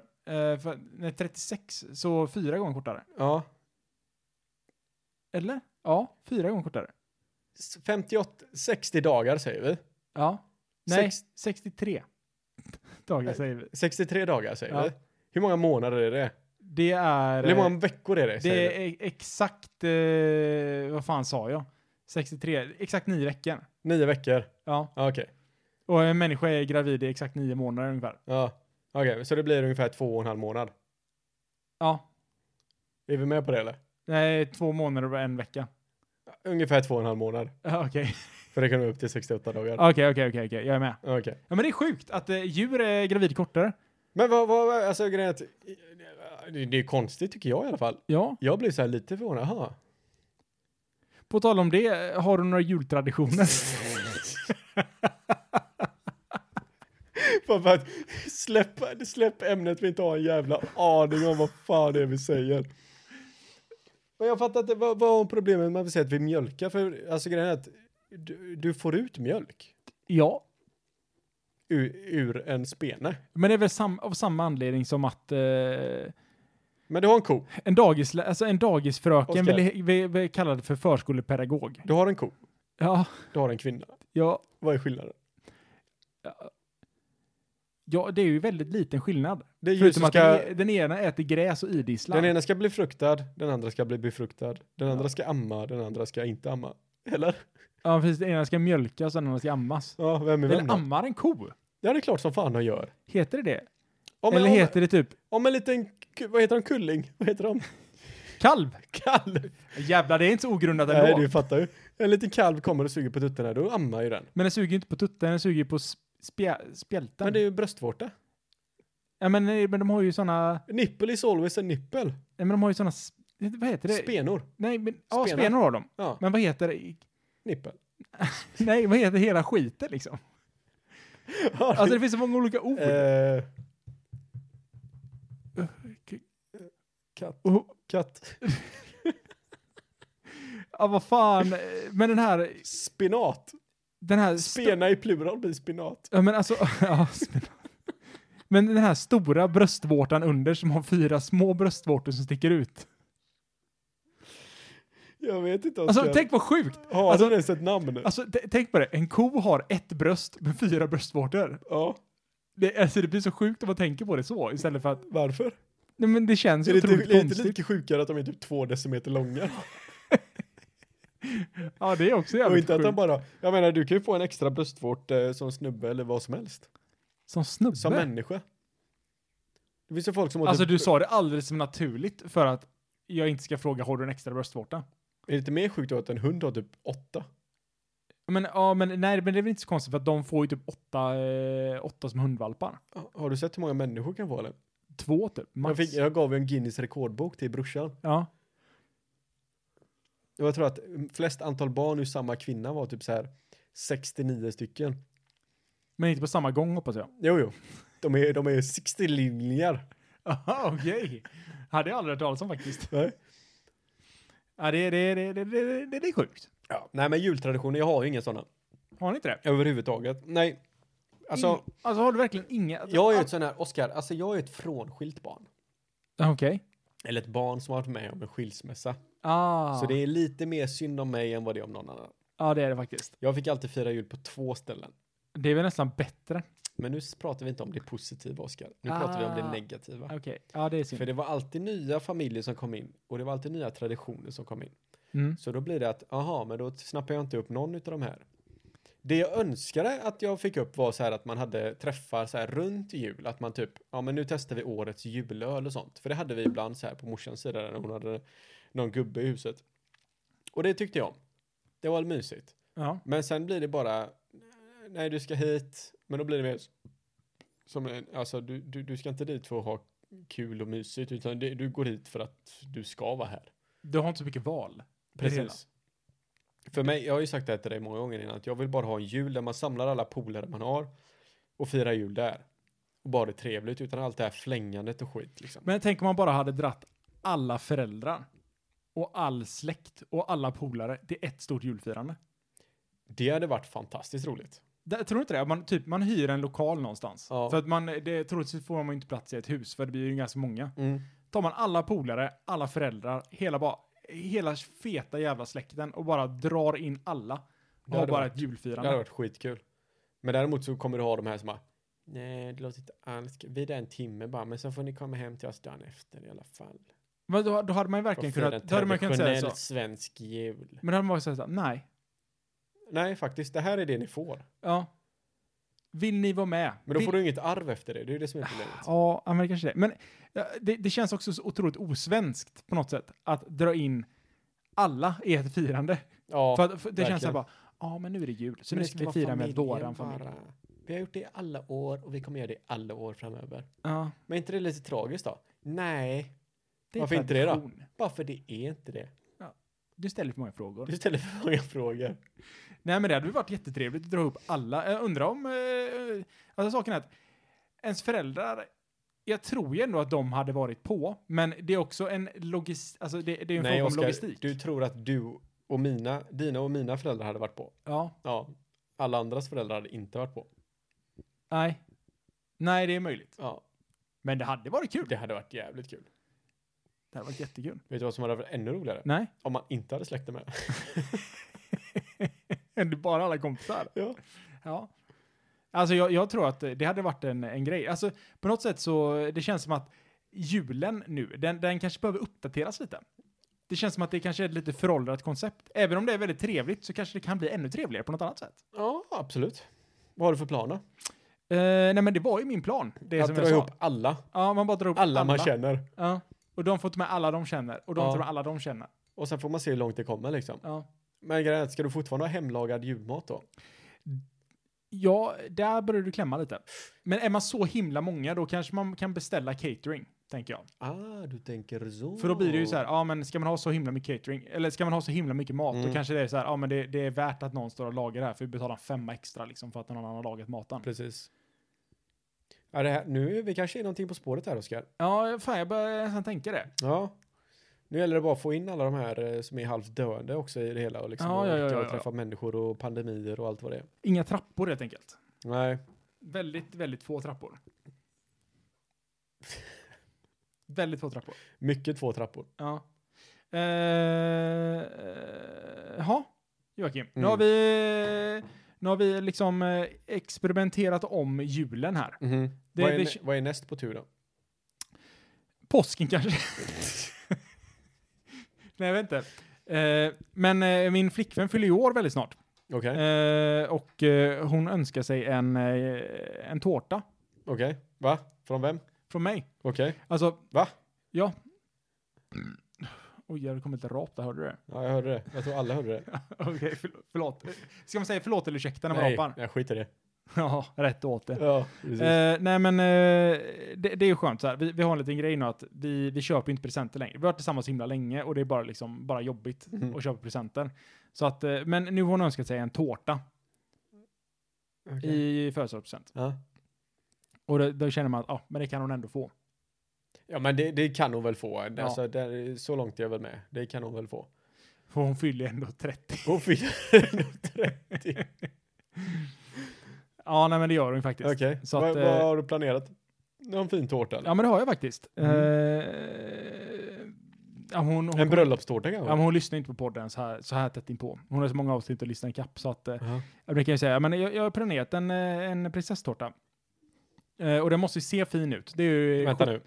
Eh, för, nej, 36, så fyra gånger kortare.
Ja.
Eller? Ja, fyra gånger kortare.
S- 58, 60 dagar säger vi.
Ja. Nej,
Sex-
63 dagar
Nej.
säger vi.
63 dagar säger
Ja.
vi. Hur många månader är det?
Det är...
Eller hur
eh,
många veckor är det? säger vi?
det är e- exakt... Eh, vad fan sa jag? 63, exakt nio veckor.
Nio veckor.
Ja,
Ja, Okej.
och en människa är gravid i exakt nio månader ungefär.
Ja. Okej, så det blir ungefär två och en halv månad.
Ja,
Är vi med på det eller?
nej, två månader och en vecka.
Ungefär två och en halv månad.
Ja, Okej,
För det kan vara upp till 68 dagar.
Ja, okej, okej, okej, okej, jag är med.
Okej.
Ja, men det är sjukt att eh, djur är gravid kortare.
Men vad, vad, vad- alltså grejen är att det, det är konstigt tycker jag i alla fall.
Ja.
Jag blir så här lite förvånad, aha.
På tal om det, har du några jultraditioner?
Bara för att släpp, släpp ämnet vi inte har en jävla aning om vad fan det är vi säger. Men jag fattar inte, vad, vad är problemet med att säga att vi mjölkar? För alltså grejen är att du, du får ut mjölk
ja.
ur, ur en spene.
Men det är väl sam- av samma anledning som att... eh,
Men du har en ko,
En, dagis, alltså en dagisfröken
Oskar.
vill, vill, vill kallad för förskolepedagog.
du har en ko,
Ja,
du har en kvinna.
ja,
Vad är skillnaden?
ja, det är ju väldigt liten skillnad.
Det är ju
Förutom
som
att
ska-
den, den ena äter gräs och idisslar.
Den ena ska bli fruktad, den andra ska bli befruktad, den andra ska amma, den andra ska inte amma. Eller?
Ja, precis. Den ena ska mjölkas och den andra ska ammas.
Ja, vem är vem
Eller
då?
ammar en ko?
Ja, det är klart som fan de gör.
Heter det det?
Om,
Eller
om,
heter det typ
om en liten, ku- vad heter de, kulling? Vad heter de?
kalv?
Kalv!
Jävlar, det är inte så ogrundat
Nej,
ändå.
du fattar ju. En liten kalv kommer och suger på tuttarna, då ammar ju den.
Men den suger ju inte på tutten, den suger ju på sp- spjä- spjälten.
Men det är ju bröstvårta.
ja, men, nej, men de har ju såna...
Nipple is always a nipple.
Nej, men de har ju såna... s- Vad heter det?
Spenor.
nej, men, ja,
spenar.
spenor har de.
Ja,
Men vad heter det?
nippel.
Nej, vad heter hela skiten liksom? Alltså det finns så många olika ord.
Eh,
K-
katt.
Oh.
Katt.
Ja, vad fan. eh, Men den här...
Spinat.
Den här... sto-
Spena i plural blir spinat.
Ja, men alltså... Ja, spen- men den här stora bröstvårtan under som har fyra små bröstvårtor som sticker ut.
Jag vet inte.
Alltså
Oskar.
tänk vad sjukt!
Har
alltså-
den ens ett namn?
Alltså t- tänk på det, en ko har ett bröst med fyra bröstvårtor.
ja,
Det, alltså, det blir så sjukt om man tänker på det så istället för att...
varför?
Nej men det känns
Är
ju
det, inte,
Alltså, otroligt
är det inte
konstigt.
lika sjukare att de är typ två decimeter långa?
Ja, det är också jävligt
Och inte att
sjukt.
de bara, jag menar du kan ju få en extra bröstvårt eh, som snubbe eller vad som helst.
Som snubbe?
Som människa. Det finns ju folk som typ åt
Alltså
ett-
du sa det alldeles naturligt för att jag inte ska fråga har du en extra bröstvårta?
Är det inte mer sjukt då att en hund har typ åtta?
Men, ja, men, nej, men det är väl inte så konstigt för att de får ju typ åtta, eh, åtta som hundvalpar.
Har du sett hur många människor kan få eller?
Två typ,
Jag,
max.
fick, jag gav ju en Guinness rekordbok till brorsan.
Ja.
Och jag tror att flest antal barn ur samma kvinna var typ så här 69 stycken.
Men inte på samma gång hoppas jag.
Jo, jo. De är, de är 60 linjer.
Aha, okej. Hade jag aldrig hört talas om faktiskt.
Nej.
Ja, det, det, det, det, det, det, det är sjukt.
Ja. Nej, men jultraditioner, jag har ju inga sådana.
Har ni inte det?
Överhuvudtaget. Nej. Alltså,
In, alltså har du verkligen inga?
jag är ju ett sån här, Oskar, alltså jag är ett frånskilt barn.
Ah, Okej.
Eller ett barn som har varit med om en skilsmässa.
Ah.
Så det är lite mer synd om mig än vad det är om någon annan.
Ja, det är det faktiskt.
Jag fick alltid fira jul på två ställen.
Det är väl nästan bättre.
Men nu pratar vi inte om det positiva, Oskar. Nu pratar vi om det
Ah.
negativa.
Okej. Ja, det är synd.
För det var alltid nya familjer som kom in och det var alltid nya traditioner som kom in.
Mm.
Så då blir det att, aha, men då snappar jag inte upp någon av de här. Det jag önskade att jag fick upp var så här att man hade träffar så här runt jul, att man typ, ja men nu testar vi årets julöl och sånt. För det hade vi ibland så här på morsans sida där hon hade någon gubbe i huset. Och det tyckte jag om. Det var mysigt.
Ja.
Men sen blir det bara, nej du ska hit, men då blir det mer s- som en, alltså du, du, du ska inte dit för att ha kul och mysigt, utan det, du går hit för att du ska vara här.
Du har inte så mycket val. hela.
Precis. För mig, jag har ju sagt det här till dig många gånger innan, att jag vill bara ha en jul där man samlar alla polare man har och firar jul där. Och bara det är trevligt utan allt det här flängandet och skit liksom.
Men tänk om man bara hade dratt alla föräldrar och all släkt och alla polare till ett stort julfirande.
Det hade varit fantastiskt roligt.
Det, tror du inte det? Man, typ, man hyr en lokal någonstans.
Ja.
För att man, det, troligtvis får man inte plats i ett hus, för det blir ju ganska många. Tar man alla polare, alla föräldrar, hela, bara, hela feta jävla släkten och bara drar in alla. Och
Det
har
hade
bara
varit-
ett
Det
julfirande.
hade varit skitkul. Men däremot så kommer du ha de här som bara Nej, det låter inte alls kul. Vi är där en timme bara, men sen får ni komma hem till oss dagen efter i alla fall.
Men då, då hade man ju verkligen
Och fira
kunnat,
en
då hade man kunnat säga så.
traditionell svensk jul.
Men då hade man sagt såhär, nej.
Nej, faktiskt, det här är det ni får.
Ja. Vill ni vara med?
Men då
Vill-
får du inget arv efter det, det är ju det som är problemet.
Ja, ja, men det kanske det är. Men ja, det, det känns också så otroligt osvenskt på något sätt att dra in alla i ett firande.
Ja.
för att, för det
verkligen.
känns så här bara, ja men nu är det jul, så
Men
nu
det
ska
ska
vi
vara
fira med
familjen
våran familj.
bara. Vi har gjort det i alla år och vi kommer göra det i alla år framöver.
Ja,
Men är inte det lite tragiskt då? Nej,
det är
Varför inte det då?
tradition.
bara för det är inte det.
Du ställer för många frågor.
Du ställer för många frågor.
Nej men det hade ju varit jättetrevligt att dra upp alla. Jag undrar om, eh, alltså saken är att ens föräldrar, jag tror ju ändå att de hade varit på, men det är också en logistik, alltså det, det är ju en
Nej,
fråga om
Oskar,
logistik.
du tror att du och mina, dina och mina föräldrar hade varit på.
Ja,
Ja, alla andras föräldrar hade inte varit på.
nej. Nej, det är möjligt.
Ja,
Men det hade varit kul.
det hade varit jävligt kul.
Det hade varit jättekul.
Vet du vad som hade varit ännu roligare?
Nej.
Om man inte hade släkter med.
Ändå bara alla kompisar.
Ja.
Ja. Alltså jag, jag tror att det hade varit en, en grej. Alltså på något sätt så, det känns som att julen nu, den, den kanske behöver uppdateras lite. Det känns som att det kanske är ett lite föråldrat koncept. Även om det är väldigt trevligt så kanske det kan bli ännu trevligare på något annat sätt.
Ja, absolut. Vad har du för planer?
Eh, nej men det var ju min plan. Det
Att
som
dra
jag
ihop
sa.
alla,
Ja, man bara drar ihop
alla man känner.
Ja. Och de får ta med alla de känner. Och de
Ja.
tar med alla de känner.
Och sen får man se hur långt det kommer liksom.
Ja.
Men grejen är att ska du fortfarande ha hemlagad julmat då?
Ja, där börjar du klämma lite. Men är man så himla många, då kanske man kan beställa catering, tänker jag.
Ah, du tänker så.
För då blir det ju så här, ja men ska man ha så himla mycket catering, eller ska man ha så himla mycket mat,
Mm.
då kanske det är så här, ja men det, det är värt att någon står och lagar det här, för vi betalar en femma extra liksom för att någon annan har lagat maten.
Precis. Ja, det här, nu är vi kanske är någonting på spåret här, Oskar.
Ja, fan jag börjar nästan tänka det.
Ja. Nu gäller det bara att få in alla de här eh, som är halvt döende också i det hela och liksom
Ja,
och
ja, ja,
orka
ja, ja.
träffa människor och pandemier och allt vad det är.
Inga trappor helt enkelt.
Nej,
Väldigt, väldigt få trappor. väldigt få trappor.
mycket två trappor.
Ja. Eh, eh, Ja, Joakim. Nu
Mm.
har vi... Nu har vi liksom eh, experimenterat om julen här. Det-
vad, är,
det
nä-
k-
vad är näst på tur då?
Påsken kanske? Nej, vänta. Eh, men eh, min flickvän fyller ju år väldigt snart.
Okej,
Eh, och eh, hon önskar sig en, eh, en tårta
okej. Va? Från vem?
från mig.
Okej.
Alltså...
Va?
Ja. Oj, jag kom lite rap där, hörde du det?
Ja, jag hörde det. Jag tror alla hörde det.
Okej, förl- förlåt. Ska man säga förlåt eller ursäkta när man
Nej,
rapar?
jag skiter i det.
Ja, rätt åt det.
Ja, precis.
Eh, nej men eh, det, det är ju skönt så här. Vi, vi har en liten grej nu att vi, vi köper ju inte presenter längre. Vi har varit tillsammans så himla länge och det är bara, liksom, bara jobbigt
Mm.
att köpa presenter. Så att, eh, men nu har hon önskat sig en tårta
Okej.
i födelsedagspresent.
Ja.
Och då, då känner man att ja, men det kan hon ändå få.
ja, men det, det kan hon väl få.
Ja.
Alltså, där, så långt är jag väl med. Det kan hon väl få.
För hon fyller ju ändå 30.
Hon fyller nog 30.
Ja, nej men det gör hon ju faktiskt.
Okej,
Så
vad,
att,
vad
eh,
har du planerat? Någon fin tårta? Eller?
Ja, men det har jag faktiskt.
Mm.
Eh, ja, hon, hon,
en bröllopstårta kanske?
Ja, men hon lyssnar inte på podden så här, så här tätt inpå. Hon har så många avsnitt att lyssna ikapp. Så att, eh,
Ja.
jag brukar ju säga, men jag, jag har planerat en, eh, en prinsesstårta. Eh, och den måste ju se fin ut. Det är ju...
Vänta nu.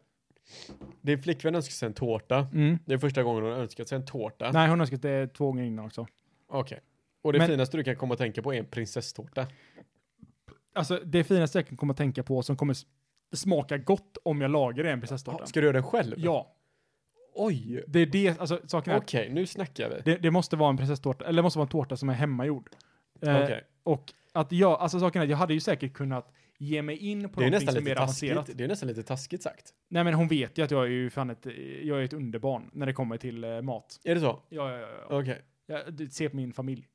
Din flickvän önskar sig en tårta.
Mm.
Det är första gången hon har önskat sig en tårta.
Nej, hon har önskat det två gånger innan också.
Okej. Och det
Men-
finaste du kan komma att tänka på är en prinsesstårta.
Alltså, det finaste jag kan komma att tänka på som kommer s- smaka gott om jag lagar det är en prinsesstårta.
Ska du göra den själv?
Ja,
Oj!
det är det, alltså saken är
Okej,
att
nu snackar vi.
det, det måste vara en prinsesstårta, eller det måste vara en tårta som är hemmagjord. Eh,
Okej.
Och att jag, alltså saken är att jag hade ju säkert kunnat ge mig in på
Det
någonting
är nästan
som är
lite
mer avancerat.
taskigt. Det är nästan lite taskigt sagt.
Nej men hon vet ju att jag är ju fan ett, jag är ett underbarn när det kommer till eh, mat.
Är det så?
Ja, ja, ja. ja.
Okej.
Jag, du, se på min familj.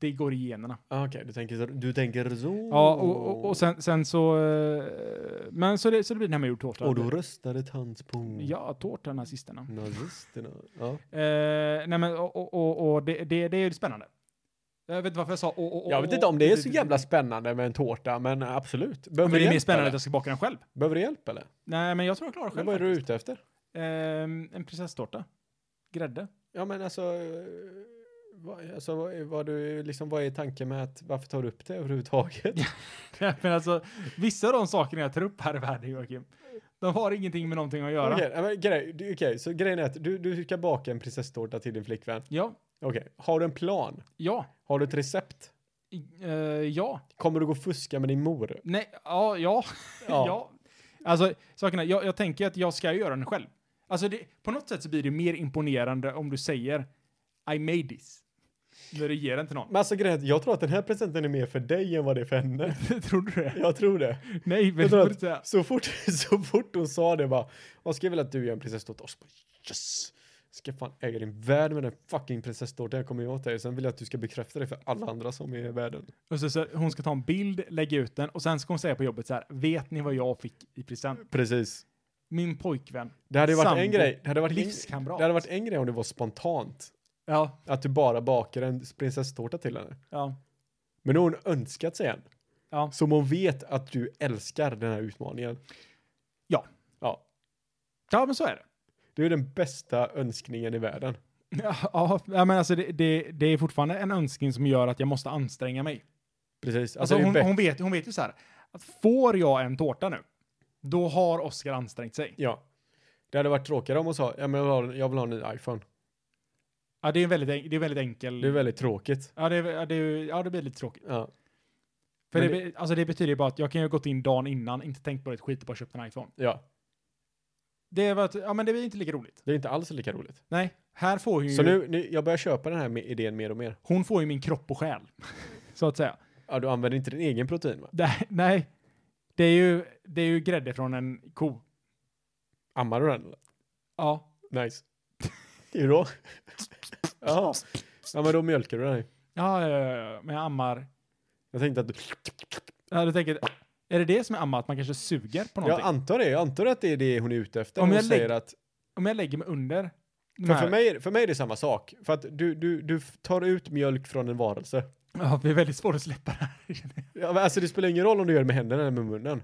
Det går i generna.
Ah, Okej, du, tänker, så- du tänker så.
Ja, och, och, och sen, sen så... eh, Men så det, så det blir den här med tårta.
Och då röstade tant på
Ja, tårta nazisterna.
nazisterna. Ja.
Eh, nej men, och, och, och, och det, det, det är ju spännande. Jag vet inte varför jag sa och, och, och,
Jag vet inte om det är så jävla spännande med en tårta, men absolut.
Men
Behöver
det
du
är mer
hjälp,
spännande
eller?
att jag ska baka den själv.
Behöver du hjälp eller?
Nej, men jag tror jag klarar det
Eller
själv.
vad är du
faktiskt.
ute efter?
Ehm, en prinsesstårta. Grädde.
Ja men alltså, eh, vad, alltså vad, är- vad, du, liksom, vad är tanken med att, varför tar du upp det överhuvudtaget?
men alltså, vissa av de sakerna jag tar upp här i världen, Joakim, de har ingenting med någonting att göra.
Okej, ja, men grej, du- okej, så grejen är att du, du ska baka en prinsesstårta till din flickvän.
Ja,
Okej, har du en plan?
ja,
Har du ett recept?
i- eh, ja,
Kommer du gå och fuska med din mor?
nej, ja, ja, ja. Alltså, sakerna, jag, jag tänker att jag ska ju göra den själv. Alltså, det, på något sätt så blir det mer imponerande om du säger I made this. När du ger den till någon.
Men alltså grejen är att jag tror att den här presenten är mer för dig än vad det är för henne.
Tror du det?
Jag tror det.
Nej, men det
Jag tror
får du inte
att
säga.
så fort, så fort hon sa det bara, jag skulle vilja att du gör en prinsesstårta. Och så bara, yes! Jag ska fan äga din värld med den fucking prinsesstårtan jag kommer åt dig. Sen vill jag att du ska bekräfta det för alla andra som är i världen.
Och så, så, hon ska ta en bild, lägga ut den och sen ska hon säga på jobbet så här, vet ni vad jag fick i present?
Precis.
Min pojkvän.
Det hade ju varit en
Sambo.
grej. Det hade varit, en,
Livskamrat.
det hade varit en grej om det var spontant.
Ja,
Att du bara bakar en prinsesstårta till henne.
ja,
Men nu har hon önskat sig en.
ja.
Som hon vet att du älskar den här utmaningen.
Ja.
Ja.
Ja, men så är det.
Det är den bästa önskningen i världen.
Ja, ja, men alltså det, det, det är fortfarande en önskning som gör att jag måste anstränga mig.
Precis.
Alltså
Alltså, det är
hon,
bäst-
hon, vet, hon vet ju så här, att får jag en tårta nu, då har Oscar ansträngt sig.
Ja. Det hade varit tråkigare om hon sa, ja, men jag, vill ha, jag vill ha en ny iPhone.
Ja, det är en väldigt, en- det är väldigt enkel...
Det är väldigt tråkigt.
ja, det, är- ja, det, är- ja, det blir lite tråkigt.
Ja.
För det,
Men
be- alltså det betyder ju bara att jag kan ju ha gått in dagen innan, inte tänkt på det ett skit och bara köpt en iPhone.
ja.
Det, var att, ja, men det blir inte lika roligt.
Det är inte alls lika roligt.
Nej, här får hon ju,
Så nu, nu, jag börjar köpa den här med idén mer och mer.
hon får ju min kropp och själ. så att säga.
Ja, du använder inte din egen protein va?
Det, nej, det är, ju, det är ju grädde från en ko.
Ammar du den?
Ja,
Nice. Hur då? ja. ja, men då mjölkar du den. här.
Ja, ja, ja, ja, men jag ammar.
Jag tänkte att du...
Ja, du tänker, är det det som är amma, att man kanske suger på
Jag
någonting?
antar det. Jag antar att det är det hon är ute efter.
Om
Om
jag
jag säger
lägger-
att...
Om jag lägger mig under de
För,
här-
för, mig, för mig är det samma sak. För att du, du, du tar ut mjölk från en varelse.
Ja, det är väldigt svårt att släppa det här.
Ja, men alltså det spelar ingen roll om du gör det med händerna eller med munnen.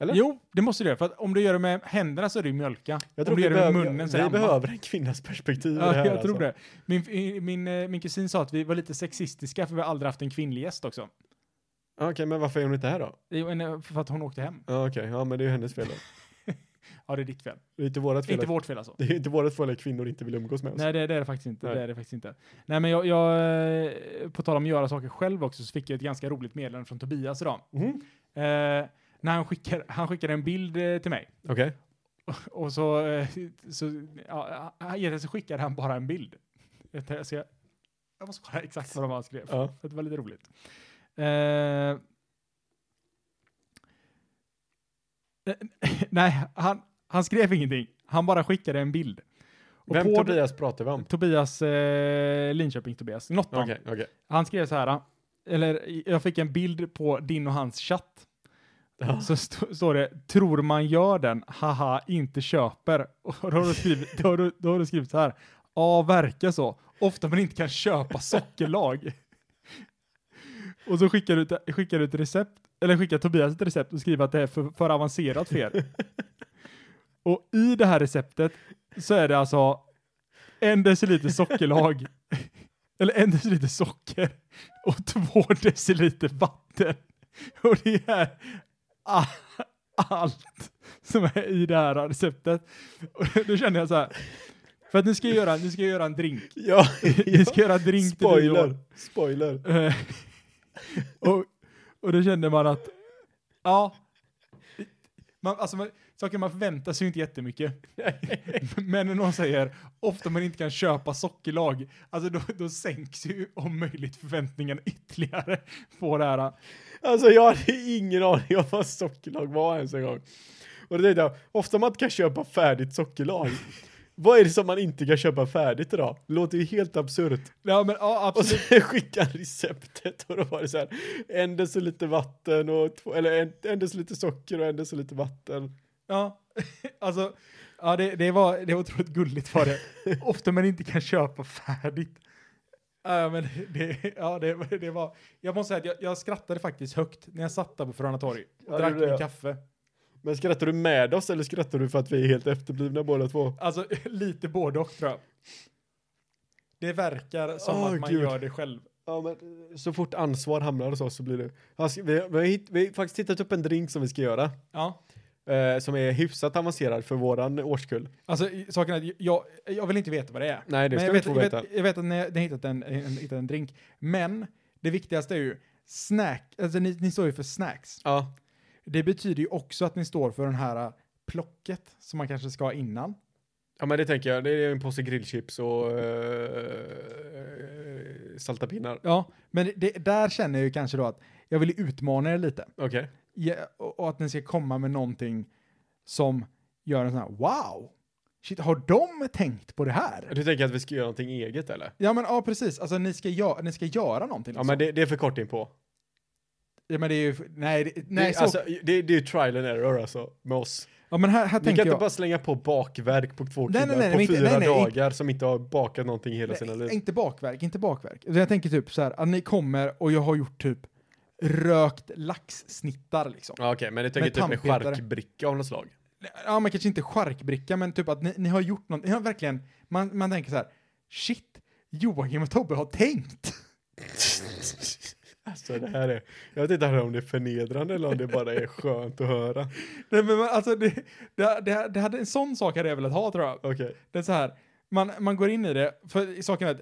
Eller?
Jo, det måste du göra, för att om du gör det med händerna så är det ju mjölka.
Jag
om
tror
du
vi,
gör det med
behöver,
munnen så är det
vi
amma.
behöver en kvinnas perspektiv i
Ja,
det här.
jag
alltså.
tror det. Min, min, eh, min kusin sa att vi var lite sexistiska för vi har aldrig haft en kvinnlig gäst också.
Ja, Okej, men varför är hon inte här då?
Det är ju en- eh, För att hon åkte hem.
Ja, Okej, ja men det är ju hennes fel då.
Ja, det är ditt fel.
Det är inte vårt fel,
Inte
att,
vårt fel alltså.
det är inte vårat fel att kvinnor inte vill umgås med oss.
Nej, det, det är det faktiskt inte.
Alltså. Nej.
Det är det faktiskt inte. Nej, men jag, jag, eh, på tal om att göra saker själv också, så fick jag ett ganska roligt meddelande från Tobias idag.
Mhm.
Eh, när han skickade, han skickade en bild eh, till mig.
Okej.
Och så, eh, så, ja, han- egentligen så skickade han bara en bild. Jag tänkte- Så jag, jag måste kolla exakt vad de han skrev.
Ja.
För det var lite roligt. Eh, nej, han, han skrev ingenting. Han bara skickade en bild. Och
Vem
på-
Tobias pratar vi om?
Tobias eh, Linköping, Tobias. Nottan.
Okej, okej.
Han skrev så här, eller jag fick en bild på din och hans chatt.
Ja.
Så st- står det, tror man gör den, haha, inte köper. Och då har du skrivit, då har du, då har du skrivit så här, ja, verkar så. Ofta man inte kan köpa sockerlag. och så skickar du, ett- skickar du ett recept, eller skickar Tobias ett recept och skriver att det är för, för avancerat för er. och i det här receptet så är det alltså en deciliter sockerlag, eller en deciliter socker och två deciliter vatten. Och det är a- allt som är i det här receptet. Och då känner jag så här, för att ni ska göra, ni ska göra en drink.
Ja,
Ni ska göra en drink till
Spoiler.
nyår.
Spoiler.
Eh, och, och då kände man att, ja, man, alltså man, saker man förväntar sig ju inte jättemycket. Men när någon säger, ofta man inte kan köpa sockerlag, alltså då, då sänks ju om möjligt förväntningen ytterligare på det här.
Alltså jag hade ingen aning om vad sockerlag var ens en gång. Och då tänkte jag, ofta man inte kan köpa färdigt sockerlag. vad är det som man inte kan köpa färdigt idag? Det låter ju helt absurt.
Ja men ja,
Och
absolut.
sen skickade han receptet och då var det så här, en deciliter vatten och två, eller en, en deciliter socker och en deciliter vatten.
Ja, alltså, ja det, det, var, det var otroligt gulligt var det. Ofta man inte kan köpa färdigt. Ja, men det, ja, det, det var, jag måste säga att jag, jag skrattade faktiskt högt när jag satt där på Frölunda torg och
Ja, det
drack
gjorde
min
jag.
kaffe.
Men skrattar du med oss eller skrattar du för att vi är helt efterblivna båda två?
Alltså lite både och tror jag. Det verkar som
Åh,
att man
Gud.
gör det själv.
Ja, men eh, så fort ansvar hamnar hos oss så blir det... Han ska- Vi, vi, har hitt, vi har faktiskt hittat upp en drink som vi ska göra.
Ja.
Eh, som är hyfsat avancerad för våran årskull.
Alltså i- saken är att jag, jag vill inte veta vad det är.
Nej, det
Men
ska
jag
vi
vet,
inte
jag,
få
vet,
veta.
jag vet att ni har ni har hittat en, en, hittat en drink. Men det viktigaste är ju snack, alltså ni, ni står ju för snacks.
Ja.
Det betyder ju också att ni står för den här äh, plocket som man kanske ska ha innan.
ja, men det tänker jag. Det är en påse grillchips och eh, salta pinnar.
Ja, men det- det, där känner jag ju kanske då att jag vill utmana er lite.
Okej.
Ja, och, och att ni ska komma med någonting som gör en sån här wow! Shit, har de tänkt på det här?
Du tänker att vi ska göra någonting eget eller?
Ja men ja precis, alltså ni ska, gö- ni ska göra någonting.
Ja,
Liksom.
men det, det är för kort in på.
ja men det är ju, nej, det, nej
det,
så,
alltså, det, det är ju trial and error alltså med oss.
ja men här, här
Vi
tänker
kan
jag.
inte bara slänga på bakverk på två
Nej,
killar
nej, nej,
på
men inte-
fyra
nej, nej, inte-
dagar som inte har bakat någonting i hela sina
Nej,
liv.
inte bakverk, inte bakverk. Utan Jag tänker typ så här, att ni kommer och jag har gjort typ rökt laxsnittar liksom.
Ja, Okej, men det tänker
Med
typ en
tandpetare.
charkbricka av något slag.
ja men kanske inte charkbricka, men typ att ni, ni har gjort något, ni har verkligen, man, man tänker så här, shit, Joakim och Tobbe har tänkt.
Alltså det här är, jag vet inte här om det är förnedrande eller om det bara är skönt att höra.
Nej men man- alltså, det, det, det, det hade, en sån sak hade jag velat ha tror jag.
Okej.
Det är så här, man, man går in i det, för saken är att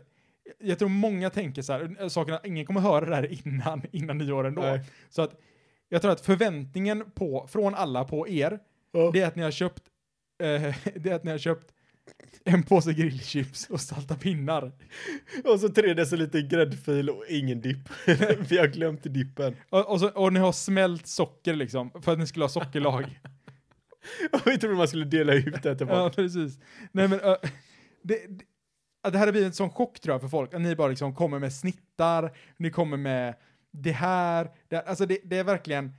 jag tror många tänker så här, eh, saken är att ingen kommer höra det här innan, innan nyår ändå.
Nej.
Så att jag tror att förväntningen på, från alla på er,
Ja.
det är att ni har köpt, eh, det är att ni har köpt en påse grillchips och salta pinnar.
Och så tre deciliter gräddfil och ingen dipp. Vi har glömt dippen.
Och, och, så, och ni har smält socker liksom, för att ni skulle ha sockerlag.
Och vi trodde man skulle dela ut det till
ja,
folk.
precis. Nej men, ö, det, det, ja, det här har blivit en sån chock tror jag för folk, att ni bara liksom kommer med snittar, ni kommer med det här, det, här. alltså det, det är verkligen,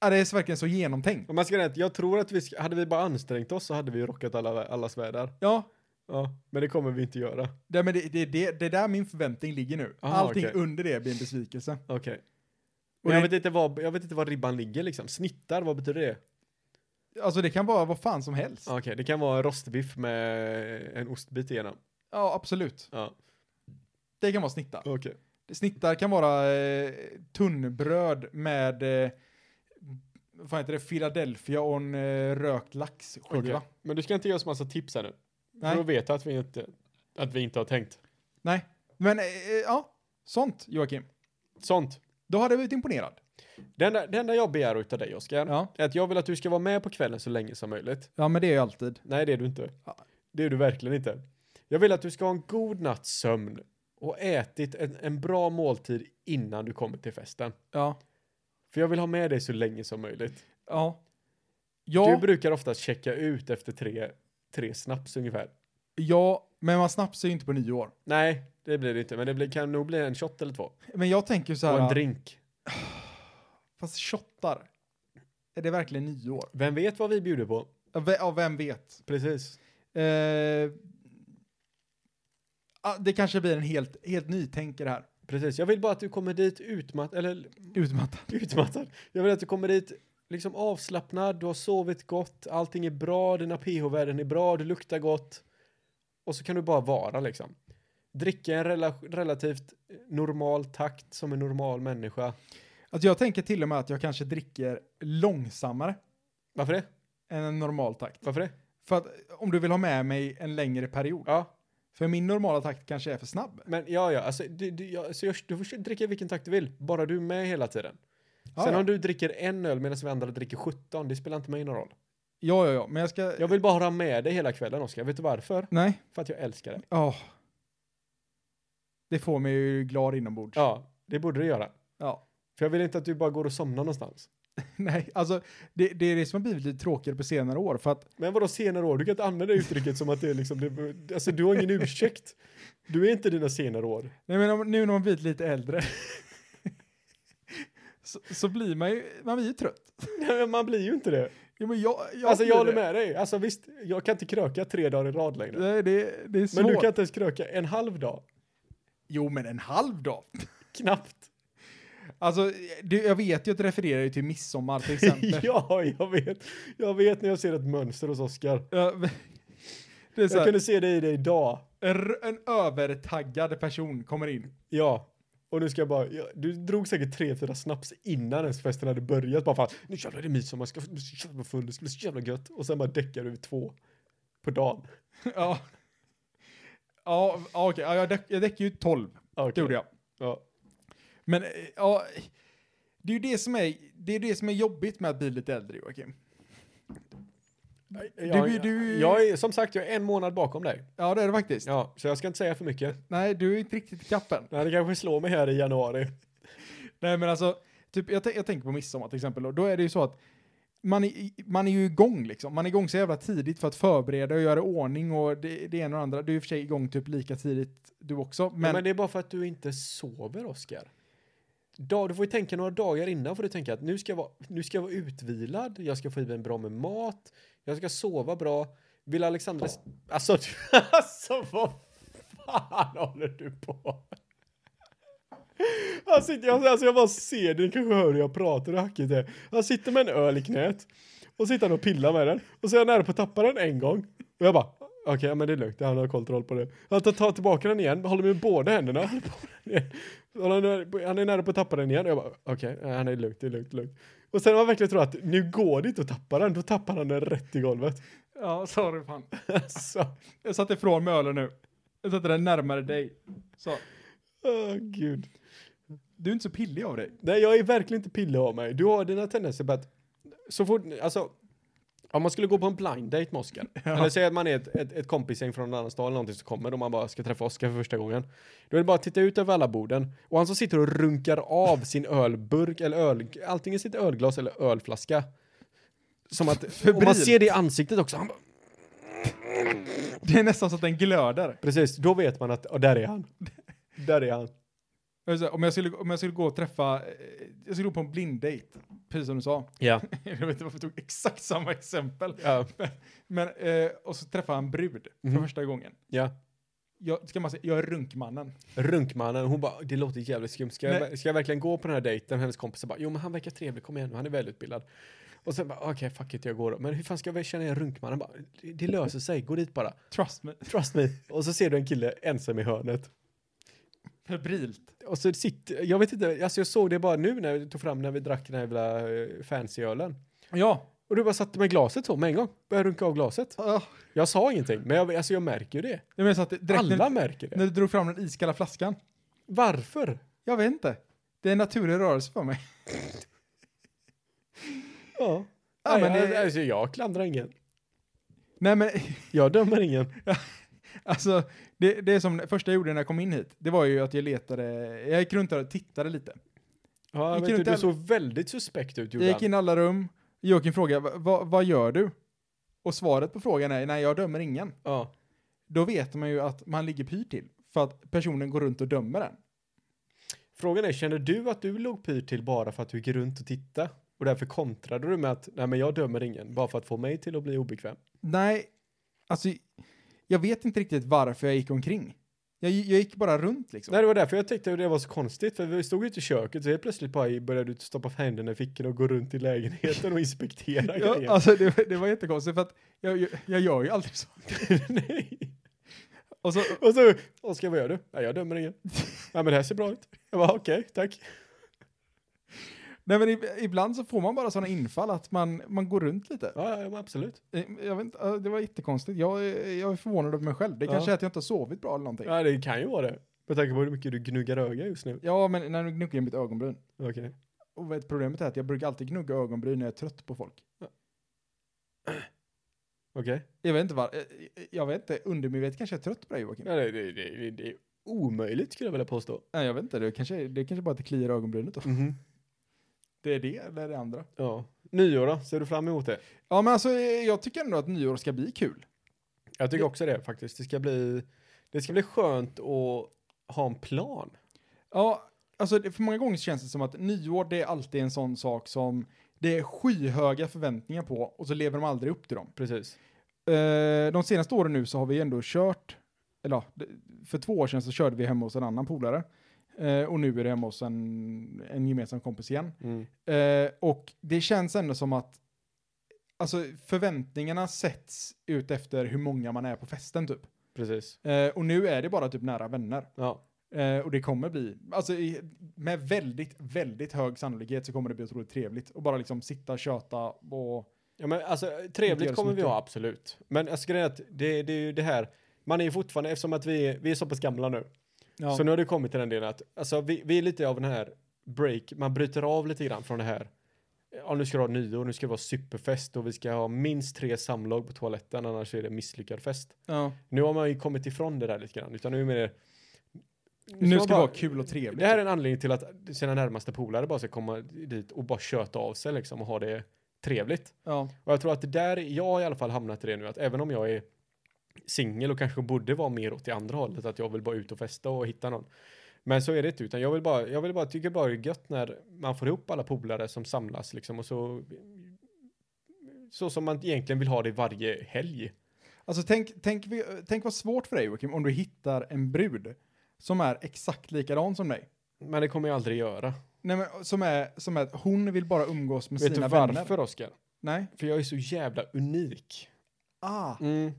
ja, det är verkligen så genomtänkt.
Om man ska rätt, jag tror att vi, sk- hade vi bara ansträngt oss så hade vi rockat alla, allas väder.
Ja,
Ja, men det kommer vi inte göra.
det, men det, det, det, det är där min förväntning ligger nu.
Ah,
Allting
okej.
under det blir en besvikelse.
Okej.
Och
Men jag
det-
vet, inte vad, jag vet inte vad ribban ligger liksom. Snittar, vad betyder det?
Alltså det kan vara vad fan som helst.
Okej, det kan vara en rostbiff med en ostbit igenom.
Ja, absolut.
Ja,
Det kan vara snittar.
okej.
Snittar kan vara eh, tunnbröd med eh, vad fan heter det, Philadelphia och en eh, rökt laxskiva.
Okej. Men du ska inte ge oss massa tips här nu.
Nej.
För då vet jag att vi inte, att vi inte har tänkt.
Nej, men eh, ja, sånt Joakim.
Sånt.
Då hade jag blivit imponerad.
Det enda, det enda jag begär utav dig, Oskar,
Ja.
är att jag vill att du ska vara med på kvällen så länge som möjligt.
Ja, men det är ju alltid.
Nej, det är du inte.
Ja.
Det är du verkligen inte. Jag vill att du ska ha en god natts sömn och ätit en, en bra måltid innan du kommer till festen.
Ja.
För jag vill ha med dig så länge som möjligt.
Ja. Ja,
Du brukar ofta checka ut efter tre, tre snaps ungefär.
ja, men man snapsar ju inte på nyår.
Nej, det blir det inte, men det blir, kan nog bli en shot eller två.
Men jag tänker så
Och en
här,
drink.
fast shottar, är det verkligen nyår?
Vem vet vad vi bjuder på?
Ja, ve- ja, vem vet?
Precis.
Eh, ah, det kanske blir en helt, helt ny tänker här.
Precis. Jag vill bara att du kommer dit utmattad, eller
Utmattad.
utmattad. Jag vill att du kommer dit liksom avslappnad, du har sovit gott, allting är bra, dina pH-värden är bra, du luktar gott. Och så kan du bara vara liksom. Dricka en rela- relativt normal takt som en normal människa.
Alltså jag tänker till och med att jag kanske dricker långsammare
Varför det?
än en normal takt.
Varför det?
För att om du vill ha med mig en längre period.
Ja,
För min normala takt kanske är för snabb.
men ja, ja, alltså, du, du, ja, alltså jag, du får dricka i vilken takt du vill, bara du är med hela tiden.
Ja,
Sen
ja.
om du dricker en öl medan vi andra dricker 17, det spelar inte mig någon roll.
Ja, ja, ja, men jag ska...
Jag vill bara ha med dig hela kvällen, Oskar. Vet du varför?
Nej.
För att jag älskar dig.
Ja. Det får mig ju glad inombords.
Ja, det borde du göra.
Ja.
För jag vill inte att du bara går och somnar någonstans.
Nej, alltså det, det är det som har blivit lite tråkigare på senare år. För att
Men vadå senare år? Du kan inte använda det uttrycket som att det är liksom, det, alltså du har ingen ursäkt. Du är inte dina senare år.
Nej men om, nu när man blivit lite äldre så, så blir man ju, man blir ju trött.
Nej, men man blir ju inte det.
Ja, men jag, jag
alltså
blir
jag håller
det.
med dig. Alltså visst, jag kan inte kröka tre dagar i rad längre.
Nej, det, det är svårt.
Men du kan inte ens kröka en halv dag.
Jo men en halv dag.
Knappt.
Alltså det, jag vet ju att det refererar ju till midsommar till exempel.
ja, jag vet. Jag vet när jag ser ett mönster hos Oskar.
Ja, men- det är så
Jag
här,
kunde se det i dig idag.
en, r- en övertaggad person kommer in.
Ja. Och nu ska jag bara, ja, du drog säkert tre, fyra snaps innan ens festen hade börjat. Bara fan, nu jävlar är det midsommar, jag ska bli så jävla full, det ska bli så jävla gött. Och sen bara däckar du vid två på dagen.
ja. Ja, ja, okej. Ja, jag, däck, jag däckade ju 12.
Ja,
Det
okej.
gjorde jag.
Ja.
Men eh, ja, det är ju det som är, det är det som är jobbigt med att bli lite äldre Joakim.
Jag,
Du- du-
jag är, som sagt, jag är en månad bakom dig.
Ja, det är det faktiskt.
Ja, så jag ska inte säga för mycket.
Nej, du är inte riktigt i kapp än.
Nej, det kanske slår mig här i januari.
Nej, men alltså, typ, jag, tän- jag tänker på midsommar till exempel. Och då är det ju så att man är, man är ju igång liksom. Man är igång så jävla tidigt för att förbereda och göra i ordning och det, det ena och det andra. Du är i och för sig igång typ lika tidigt du också. Men,
Men, men det är bara för att du inte sover, Oskar. Dag, du får ju tänka några dagar innan får du tänka att nu ska, jag vara, nu ska jag vara utvilad, jag ska få i mig bra med mat, jag ska sova bra. Vill Alexandra... s- Alltså, du- alltså vad fan håller du på Han sitter, jag, alltså jag bara ser det, ni kanske hör hur jag pratar och hackigt det. Han sitter med en öl i knät och sitter han och pillar med den och så är jag nära på att tappa den en gång och jag bara okej, ja, men det är lugnt, han har kontroll på det. Han tar, tar tillbaka den igen, håller med båda händerna, håller på den igen. Och han, är, han är nära på att tappa den igen och jag bara okej, ja, han är lugnt, det är lugnt, lugnt. Och sen när man verkligen tror att nu går det inte att tappa den, då tappar han den rätt i golvet.
Ja, sorry fan.
Alltså,
Jag satte ifrån mig ölen nu. Jag satte den närmare dig. Så.
åh gud.
Du är inte så pillig av dig.
Nej, jag är verkligen inte pillig av mig. Du har dina tendenser på att så fort, alltså om man skulle gå på en blind date med Oscar, eller säg att man är ett, ett, ett kompisgäng från en annan stad eller någonting som kommer och man bara ska träffa Oscar för första gången. Då är det bara att titta ut över alla borden och han som sitter och runkar av sin ölburk eller öl, antingen sitt ölglas eller ölflaska. Som att, och man
Febrilt.
ser det i ansiktet också. Han bara,
Det är nästan så att den glöder.
precis, då vet man att, och där är han. Där är han.
Jag vill säga, Om jag, skulle, om jag skulle gå och träffa, eh, jag skulle gå på en blinddejt, precis som du sa.
Ja.
Jag vet inte varför jag tog exakt samma exempel.
Ja.
Men, men, eh, och så träffade han en brud för första gången.
ja.
Jag, ska man säga, jag är runkmannen.
Runkmannen, hon bara, det låter jävligt skumt. Ska jag,
Nej.
ska jag verkligen gå på den här dejten? Hennes kompisar bara, jo men han verkar trevlig, kom igen nu, han är välutbildad. Och sen bara, okej fuck it, jag går då. Men hur fan ska jag väl känna igen runkmannen? Bara, det, det löser sig, gå dit bara.
Trust me.
Trust me. Och så ser du en kille ensam i hörnet.
Febrilt.
Och så sitter, jag vet inte, alltså jag såg det bara nu när vi tog fram när vi drack den här jävla eh, fancyölen.
Ja.
Och du bara satte med glaset så med en gång, började runka av glaset.
Oh.
Jag sa ingenting, men jag, alltså jag märker ju det.
Jag menar så att direkt
Alla
när,
märker det.
när du drog fram den iskalla flaskan.
Varför?
Jag vet inte. Det är en naturlig rörelse för mig.
Ja.
Ja,
Nej,
men det-
alltså, jag klandrar ingen.
Nej men
Jag dömer ingen.
alltså, det, det är som det första jag gjorde när jag kom in hit, det var ju att jag letade, jag gick runt där och tittade lite.
Ja,
Gick
jag
du
vet du,
inte
du
all-
såg väldigt suspekt ut
Jag gick
Jordan.
in i alla rum, Joakim frågade "Va- va, vad gör du? Och svaret på frågan är nej jag dömer ingen.
Ja.
Då vet man ju att man ligger pyr till för att personen går runt och dömer den.
Frågan är, känner du att du låg pyr till bara för att du gick runt och tittade? Och därför kontrade du med att, nej men jag dömer ingen, bara för att få mig till att bli obekväm.
Nej, alltså jag vet inte riktigt varför jag gick omkring. Jag, jag gick bara runt liksom.
Nej, det var därför jag tyckte att det var så konstigt, för vi stod ute i köket så helt plötsligt bara började du stoppa händerna i fickorna och gå runt i lägenheten och inspektera
Ja,
grejer.
alltså det, var- det var jättekonstigt för att jag, jag, jag gör ju aldrig så.
Nej.
Och så,
Och så, Oskar vad gör du? Nej, jag dömer ingen. Nej men det här ser bra ut. Jag bara okej, tack.
nej men ib- ibland så får man bara sådana infall att man, man går runt lite.
Ja, ja men absolut.
Eh, Jag vet inte, eh, det var jättekonstigt. Jag, eh, jag är förvånad över mig själv. Det
Ja.
kanske är att jag inte har sovit bra eller någonting. Ja,
Ja, det kan ju vara det. Med tanke på hur mycket du gnuggar öga just nu.
men när du gnuggar i mitt ögonbryn.
Okej.
Och vet, problemet är att jag brukar alltid gnugga ögonbryn när jag är trött på folk.
Okej.
Jag vet inte var, eh, jag vet inte, undermedvetet kanske jag är trött på dig Joakim.
Ja, det, det, det, det, det är omöjligt skulle jag vilja påstå.
Nej, jag vet inte, det kanske, det kanske bara att det kliar i ögonbrynet då. Det är det eller det andra.
Ja. Nyår då? Ser du fram emot det?
Ja men alltså eh, jag tycker ändå att nyår ska bli kul.
Jag tycker också det faktiskt. Det ska bli, det ska bli skönt att ha en plan.
Ja, alltså det, för många gånger så känns det som att nyår det är alltid en sån sak som det är skyhöga förväntningar på och så lever de aldrig upp till dem.
Precis.
Eh, de senaste åren nu så har vi ändå kört, eller ja, d- för två år sedan så körde vi hemma hos en annan polare. Eh, och nu är det hemma hos en, en gemensam kompis igen.
Mm.
Eh, och det känns ändå som att alltså, förväntningarna sätts ut efter hur många man är på festen typ.
Precis.
Eh, och nu är det bara typ nära vänner.
Ja.
Eh, och det kommer bli, alltså i, med väldigt, väldigt hög sannolikhet så kommer det bli otroligt trevligt. Och bara liksom sitta, köta och...
ja men alltså
Inte gör
trevligt
det så
kommer vi
mycket.
ha absolut. Men alltså grejen är att det, det är ju det här. Man är ju fortfarande, eftersom att vi, vi är så pass gamla nu.
Ja.
Så nu har det kommit till den delen att alltså, vi, vi är lite av den här break, man bryter av lite grann från det här. Ja, nu ska det vara nyår, nu ska det vara superfest och vi ska ha minst tre samlag på toaletten annars är det misslyckad fest.
ja.
Nu har man ju kommit ifrån det där lite grann utan nu är det mer det
Nu
man
ska det
bara-
vara kul och trevligt.
Det här är en anledning till att sina närmaste polare bara ska komma dit och bara köta av sig liksom och ha det trevligt.
Ja.
Och jag tror att det där, jag har i alla fall hamnat i det nu att även om jag är singel och kanske borde vara mer åt det andra hållet att jag vill bara ut och festa och hitta någon. Men så är det inte utan jag vill bara, jag vill bara tycka bara det är gött när man får ihop alla polare som samlas liksom och så så som man egentligen vill ha det varje helg.
Alltså tänk, tänk, vi- tänk vad svårt för dig Joakim om du hittar en brud som är exakt likadan som dig.
Men det kommer jag aldrig göra.
Nej, men, som är som är att hon vill bara umgås med
Vet du
sina
varför
vänner.
Oskar?
Nej.
För jag är så jävla unik.
Ah.
Mm.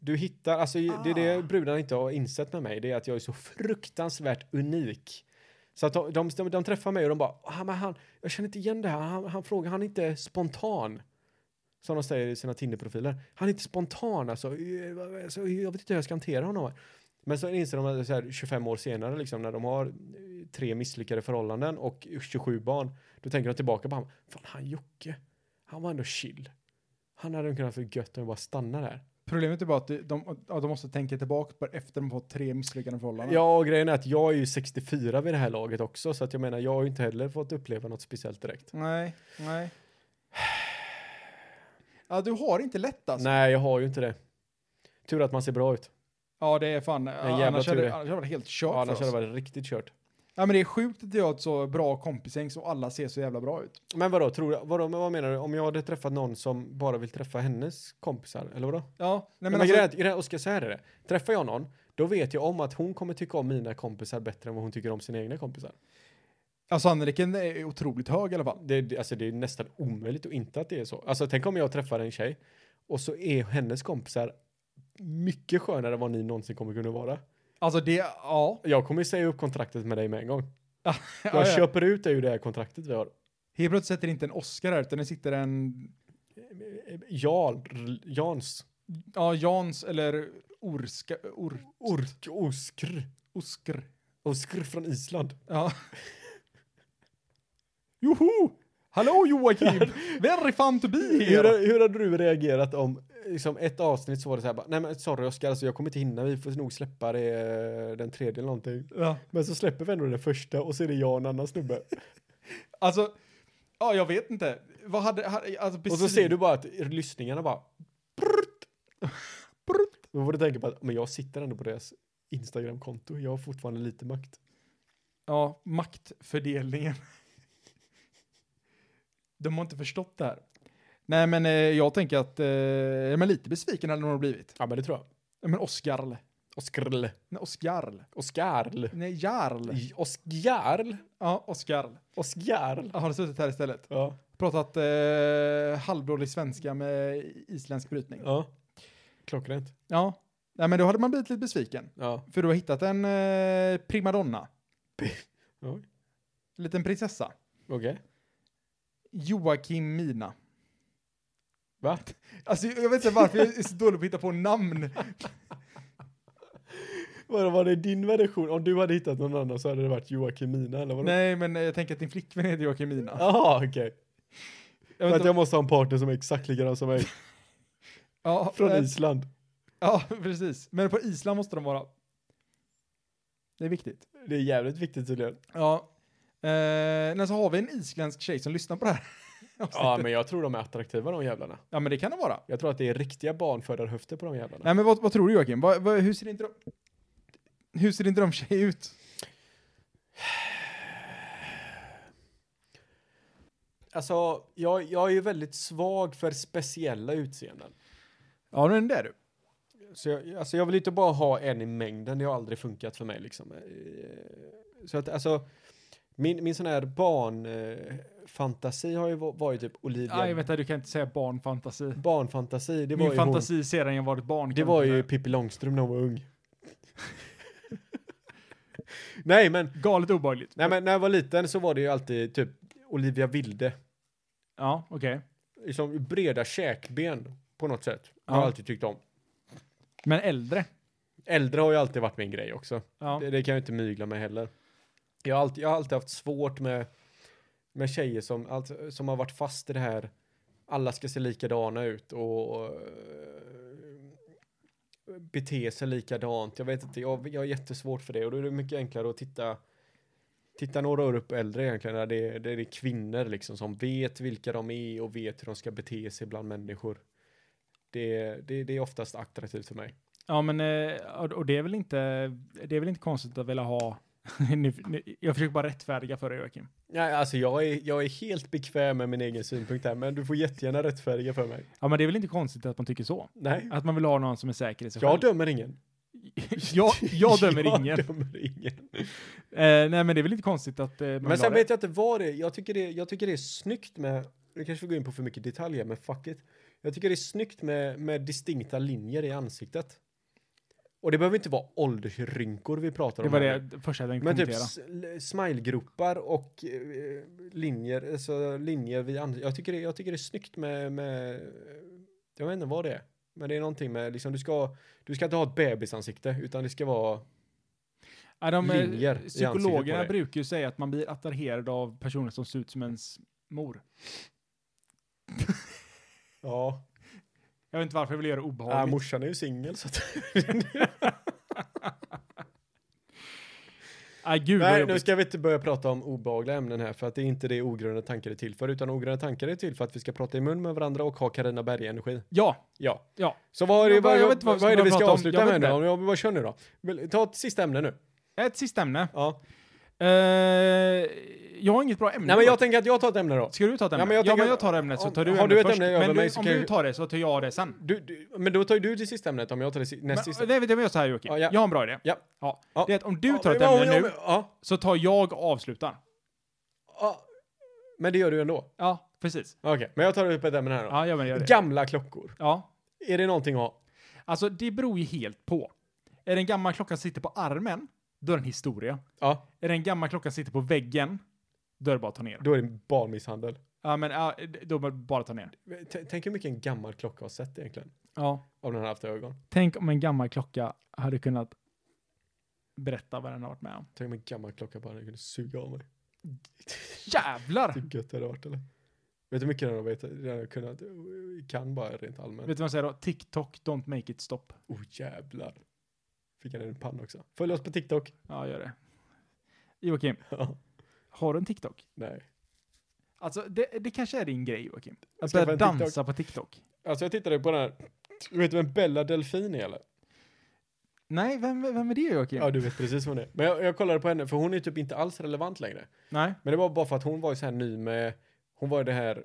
Du hittar, alltså det är det
Ah.
brudarna inte har insett med mig, det är att jag är så fruktansvärt unik. Så att de, de, de, de träffar mig och de bara, ah, men han, jag känner inte igen det här, han, han frågar, han är inte spontan. Som de säger i sina Tinder-profiler. Han är inte spontan alltså, Eh, vad- alltså, jag vet inte hur jag ska hantera honom. Men så inser de att så här, 25 år senare, liksom, när de har eh, tre misslyckade förhållanden och 27 barn, då tänker de tillbaka på honom. Fan, han Jocke, han var ändå chill. Han hade kunnat få gött om jag bara stannar där.
Problemet är bara att de, de, ja, de måste tänka tillbaka på efter de fått tre misslyckade förhållanden.
Ja, och grejen är att jag är ju 64 vid det här laget också, så att jag menar, jag har ju inte heller fått uppleva något speciellt direkt.
Nej, nej. Ja, du har inte lätt alltså.
Nej, jag har ju inte det. Tur att man ser bra ut.
Ja, det är fan.
jävla
Ja, annars
tur
hade
det.
annars hade det varit helt kört
Ja,
för
annars
oss.
hade det varit riktigt kört.
Ja, men det är sjukt att jag har ett så bra kompisgäng så alla ser så jävla bra ut.
Men vadå, tror du, vadå, men vad menar du? Om jag hade träffat någon som bara vill träffa hennes kompisar, eller vadå?
Ja, nej, men
Men, men
alltså,
grejen är att- grejen är, Oskar, så här är det. Träffar jag någon, då vet jag om att hon kommer tycka om mina kompisar bättre än vad hon tycker om sina egna kompisar.
ja, sannolikheten är otroligt hög i alla fall.
Det, det- alltså det är nästan omöjligt att inte att det är så. Alltså tänk om jag träffar en tjej och så är hennes kompisar mycket skönare än vad ni någonsin kommer kunna vara.
Alltså det, ja.
Jag kommer ju säga upp kontraktet med dig med en gång. Jag
Ja, ja.
köper ut dig ur det här kontraktet vi har.
Helt plötsligt sätter inte en Oscar här, utan det sitter en
Jarl, Jans,
ja, Jans eller Orska, Or,
Ork, Oskr,
Oskr.
Oskr från Island.
Ja. Joho! Hallå Joakim! Very fun to be here!
Hur, hur hade du reagerat om liksom ett avsnitt så var det så här bara, nej men sorry Oskar, alltså jag kommer inte hinna, vi får nog släppa det eh, den tredje eller någonting.
Ja.
Men så släpper vi ändå den första och så är det jag och en annan snubbe.
Alltså, ja jag vet inte. Vad hade, hade alltså
Och så ser du bara att lyssningarna bara prrt, prrt. Då får du tänka på att men jag sitter ändå på deras Instagram-konto, jag har fortfarande lite makt.
Ja, maktfördelningen. De har inte förstått det här. Nej men eh, jag tänker att, eh, men lite besviken hade de nog blivit.
Ja men det tror jag.
Ja, Men Oscarl.
Oskarl.
Nej, Oscarl.
Oskarl.
Nej, Jarl.
Oskjarl.
Ja, Oscarl.
Oskjarl.
Jag har suttit här istället.
Ja.
Pratat eh, halvdålig svenska med isländsk brytning.
ja. Klockrent.
Ja, Nej, men då hade man blivit lite besviken.
Ja.
För du har hittat en eh, primadonna,
Oj.
en liten prinsessa.
Okej.
Joakim Mina.
Va?
Alltså jag vet inte varför jag är så dålig på att hitta på namn.
Vadå, var det din version? Om du hade hittat någon annan så hade det varit Joakimina eller vadå?
Nej, men eh, jag tänker att din flickvän heter Joakim Mina.
Jaha, okej.
Jag
För
vet
att
inte,
jag måste ha en partner som är exakt likadan som mig.
ja,
Från
eh,
Island.
Ja, precis. Men på Island måste de vara. Det är viktigt.
Det är jävligt viktigt tydligen.
Ja. Eh, men så har vi en isländsk tjej som lyssnar på det här.
Ja, men jag tror de är attraktiva de jävlarna.
Ja, men det kan det vara.
Jag tror att det är riktiga barnfödarhöfter på de jävlarna.
Nej, men vad, vad tror du Joakim? Vad, vad, hur ser inte de... Hur ser inte de tjej ut?
Alltså, jag, jag är ju väldigt svag för speciella utseenden.
Ja, men det är du.
Så jag, alltså jag vill inte bara ha en i mängden, det har aldrig funkat för mig liksom. Eh, Så att alltså, min, min sån här barnfantasi har ju va- varit typ Olivia.
Nej, vänta, du kan inte säga barnfantasi.
Barnfantasi, det var
Min
ju hon,
fantasi sedan jag var ett barn.
Det
kan
var
man
ju
säga.
Pippi Långstrump när hon var ung. nej men,
Galet obehagligt.
nej men när jag var liten så var det ju alltid typ Olivia Wilde.
Ja, okej.
Liksom breda käkben på något sätt. Har
Ja.
jag alltid tyckt om.
Men äldre.
Äldre har ju alltid varit min grej också.
Ja.
Det, det kan jag inte mygla med heller. Jag har alltid, jag har alltid haft svårt med, med tjejer som, allt, som har varit fast i det här. Alla ska se likadana ut och eh, bete sig likadant. Jag vet inte, jag, jag har jättesvårt för det. Och då är det mycket enklare att titta, titta några år upp äldre egentligen. Där det, det är kvinnor liksom som vet vilka de är och vet hur de ska bete sig bland människor. Det, det, det är oftast attraktivt för mig.
Ja, men eh, och och det är väl inte, det är väl inte konstigt att vilja ha. nu, nu, jag försöker bara rättfärdiga för dig Joakim.
Nej, alltså jag är, jag är helt bekväm med min egen synpunkt här, men du får jättegärna rättfärdiga för mig.
Ja, men det är väl inte konstigt att man tycker så?
Nej,
Att man vill ha någon som är säker i sig
jag
Alltså, själv.
dömer ingen.
jag, jag dömer ingen.
Jag dömer ingen.
Eh, nej, men det är väl inte konstigt att eh, man
Men
vill
sen
ha det.
vet jag inte vad det är. Jag tycker det, jag tycker det är snyggt med, nu kanske vi går in på för mycket detaljer, men fuck it. Jag tycker det är snyggt med, med distinkta linjer i ansiktet. Och det behöver inte vara åldersrynkor vi pratar
Det
om.
var
här.
det första jag tänkte
Men typ
kommentera.
s- l- smilegropar och eh, linjer, alltså linjer vid ansiktet. Jag tycker det, jag tycker det är snyggt med, med, jag vet inte vad det är. Men det är någonting med, liksom du ska, du ska inte ha ett bebisansikte, utan det ska vara,
Ja, de, eh,
linjer i ansiktet på
psykologerna
dig.
brukar ju säga att man blir attraherad av personer som ser ut som ens mor.
ja,
Jag vet inte varför jag vill göra det
äh,
obehagligt.
morsan är ju singel så att,
Nej, Äh, gud vad
Nej, nu
jobbigt.
ska vi inte börja prata om obehagliga ämnen här, för att det är inte det ogrundade tankar är till för, utan ogrundade tankar är till för att vi ska prata i mun med varandra och ha Carina Berg-energi.
Ja,
Ja.
ja.
Så vad är det,
Jag bara-
vad,
jag vet inte vad vi
vad är
ska
det
börja
vi ska
prata om.
avsluta
Jag vet
med nu?
inte.
Om jag bara kör nu då. Vill- Ta ett sista ämne nu.
Ett sista ämne.
Ja.
Eh, jag har inget bra ämne.
Nej men jag tänker att jag tar ett ämne då.
Ska du ta ett ämne?
Ja,
Ja,
men
men
jag
jag,
tänker-
tar ämnet så
om-
tar du
har
ämnet
du ett
först.
ämne över
men du,
mig så
om
kan
du
jag-
tar det så tar jag det sen.
Du, du, men då tar ju du det sista ämnet om jag tar det si- näst sista.
Men, nej, vet du vad jag gör så här Joakim?
Ja, ja.
Jag har en bra idé.
Ja.
Ja.
Ja.
Det är att om du
Ja,
tar ett
ja,
ämne
ja,
nu
men- Ja,
så tar jag och avslutar.
ja. Men det gör du ändå.
Ja, precis.
Okej, men jag tar upp ett ämne här då.
Ja, jag menar gör det.
Gamla klockor.
Ja.
Är det någonting att ha?
Alltså det beror ju helt på. Är det en gammal klocka som sitter på armen, då är det en historia.
Ja,
Är det en gammal klocka som sitter på väggen, då är det bara att ta ner.
då är det barnmisshandel.
Ja, men ja, då är det bara att ta ner.
T- tänk hur mycket en gammal klocka har sett egentligen.
Ja.
Om den har haft ögon.
Tänk om en gammal klocka hade kunnat berätta vad den har varit med om.
Tänk om en gammal klocka bara kunde suga av mig.
Jävlar!
Hur gött det hade varit eller? Vet du hur mycket den har vetat? Den har kunnat, kan bara rent allmänt.
Vet du vad jag säger då? TikTok, don't make it stop.
Oh jävlar. Fick han en panna också. Följ oss på TikTok.
Ja, gör det. Joakim,
Ja,
har du en TikTok?
nej.
Alltså, det, det kanske är din grej, Joakim. Att
Skaffa
börja
en TikTok.
dansa på TikTok.
Alltså jag tittade på den här. Vet du vem Bella Delfin är eller?
Nej, vem, vem är det, Joakim?
Ja, du vet precis vem hon är. Men jag, jag kollade på henne för hon är typ inte alls relevant längre.
Nej.
Men det var bara för att hon var ju så här ny med, hon var ju det här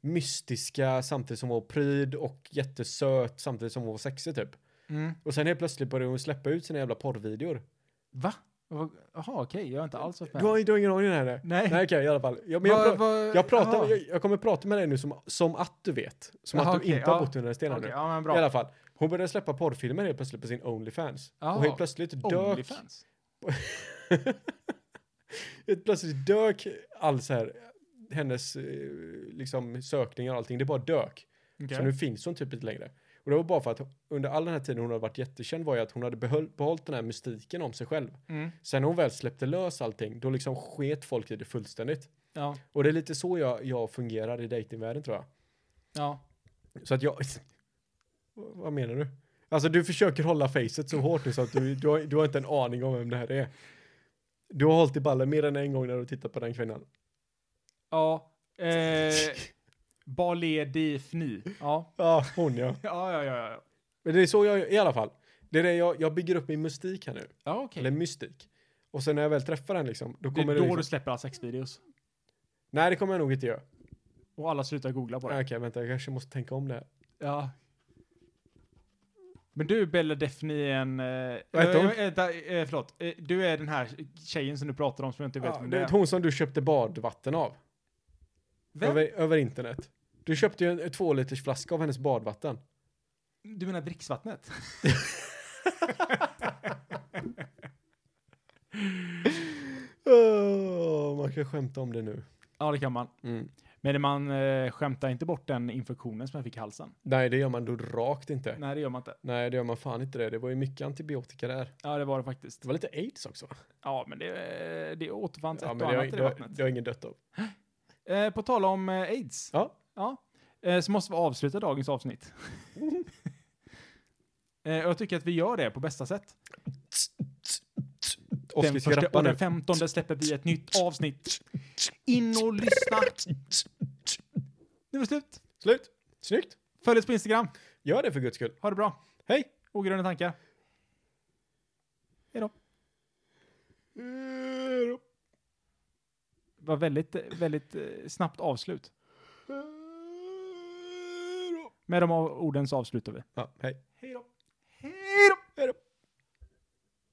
mystiska samtidigt som hon var pryd och jättesöt samtidigt som hon var sexig typ.
Mm.
Och sen helt plötsligt började hon släppa ut sina jävla porrvideor.
Va? Vad- Jaha, okej. Jag har inte alls varit med.
Du har, du har ingen aning om det här? Nej,
Nej.
nej okej i alla fall. Ja, men jag,
Vad-
pra-
vad-
jag, pratar,
jaha.
jag, jag kommer prata med dig nu som, som att du vet. Som
Jaha,
att du
okej,
inte har
ja.
bott under en sten här
Okej,
nu.
ja, men
I
bra.
alla fall. Hon började släppa porrfilmer helt plötsligt på sin Onlyfans.
Jaha.
Och helt plötsligt dök...
Onlyfans.
Helt plötsligt dök all så här, hennes eh, liksom, sökningar och allting, det bara dök. Så
Okej.
nu finns hon typ inte längre. Och det var bara för att under all den här tiden hon hade varit jättekänd var ju att hon hade behöll, behållit den här mystiken om sig själv.
Mm.
Sen när hon väl släppte lös allting, då liksom sket folk i det fullständigt.
Ja.
Och det är lite så jag, jag fungerar i datingvärlden tror jag.
Ja.
Så att jag... Vad menar du? Alltså du försöker hålla facet så hårt nu så att du, du, har, du har inte en aning om vem det här är. Du har hållit i ballen mer än en gång när du tittat på den kvinnan.
Ja. Eh, Baledi Fni. Ja.
Ja, hon ja.
Ja, ja, ja. Ja,
Men det är så jag i alla fall. Det är det jag, jag bygger upp min mystik här nu.
ja okej.
Eller mystik. Och sen när jag väl träffar den liksom, då
Det
kommer
är
det,
då
liksom,
du släpper alla sexvideos.
Nej, det kommer jag nog inte göra.
Och alla slutar googla på det.
Nej, Okej, vänta, jag kanske måste tänka om det här.
Ja. Men du, Bella Defni, är en... Eh,
Vad heter hon?
eh, vänta, eh, förlåt. Eh, du är den här tjejen som du pratar om som jag inte vet
Ja,
vem
du
det är.
vet hon som du köpte badvatten av.
Vem?
Över, över internet. Du köpte ju en, en två liters flaska av hennes badvatten.
Du menar dricksvattnet?
Åh, man kan skämta om det nu.
ja, det kan man.
Mm.
Men man eh, skämtar inte bort den infektionen som jag fick i halsen.
Nej, det gör man då rakt inte. Nej.
Nej, det gör man inte.
det gör man fan inte det. Det var ju mycket antibiotika där.
Ja, det var det faktiskt.
Det var lite aids också. va?
Ja, men det, eh, det återfanns
Ja,
ett
men
och
det har,
annat i
det,
det
har,
vattnet.
det har ingen dött av.
Eh, på tal om eh, aids.
Ja.
Ja. Eh, så måste vi avsluta dagens avsnitt. eh, och jag tycker att vi gör det på bästa sätt.
Oskar
Den
ska
första
rappa
och
nu.
den femtonde släpper vi ett nytt avsnitt. In och lyssna. Nu är det slut.
Slut. Snyggt.
Följ oss på Instagram.
Gör det för guds skull.
Ha det bra.
Hej!
Ogrunda tankar. Hej då. Det var väldigt, eh, väldigt eh, snabbt avslut. Med de av- orden så avslutar vi.
Ja, hej.
Hej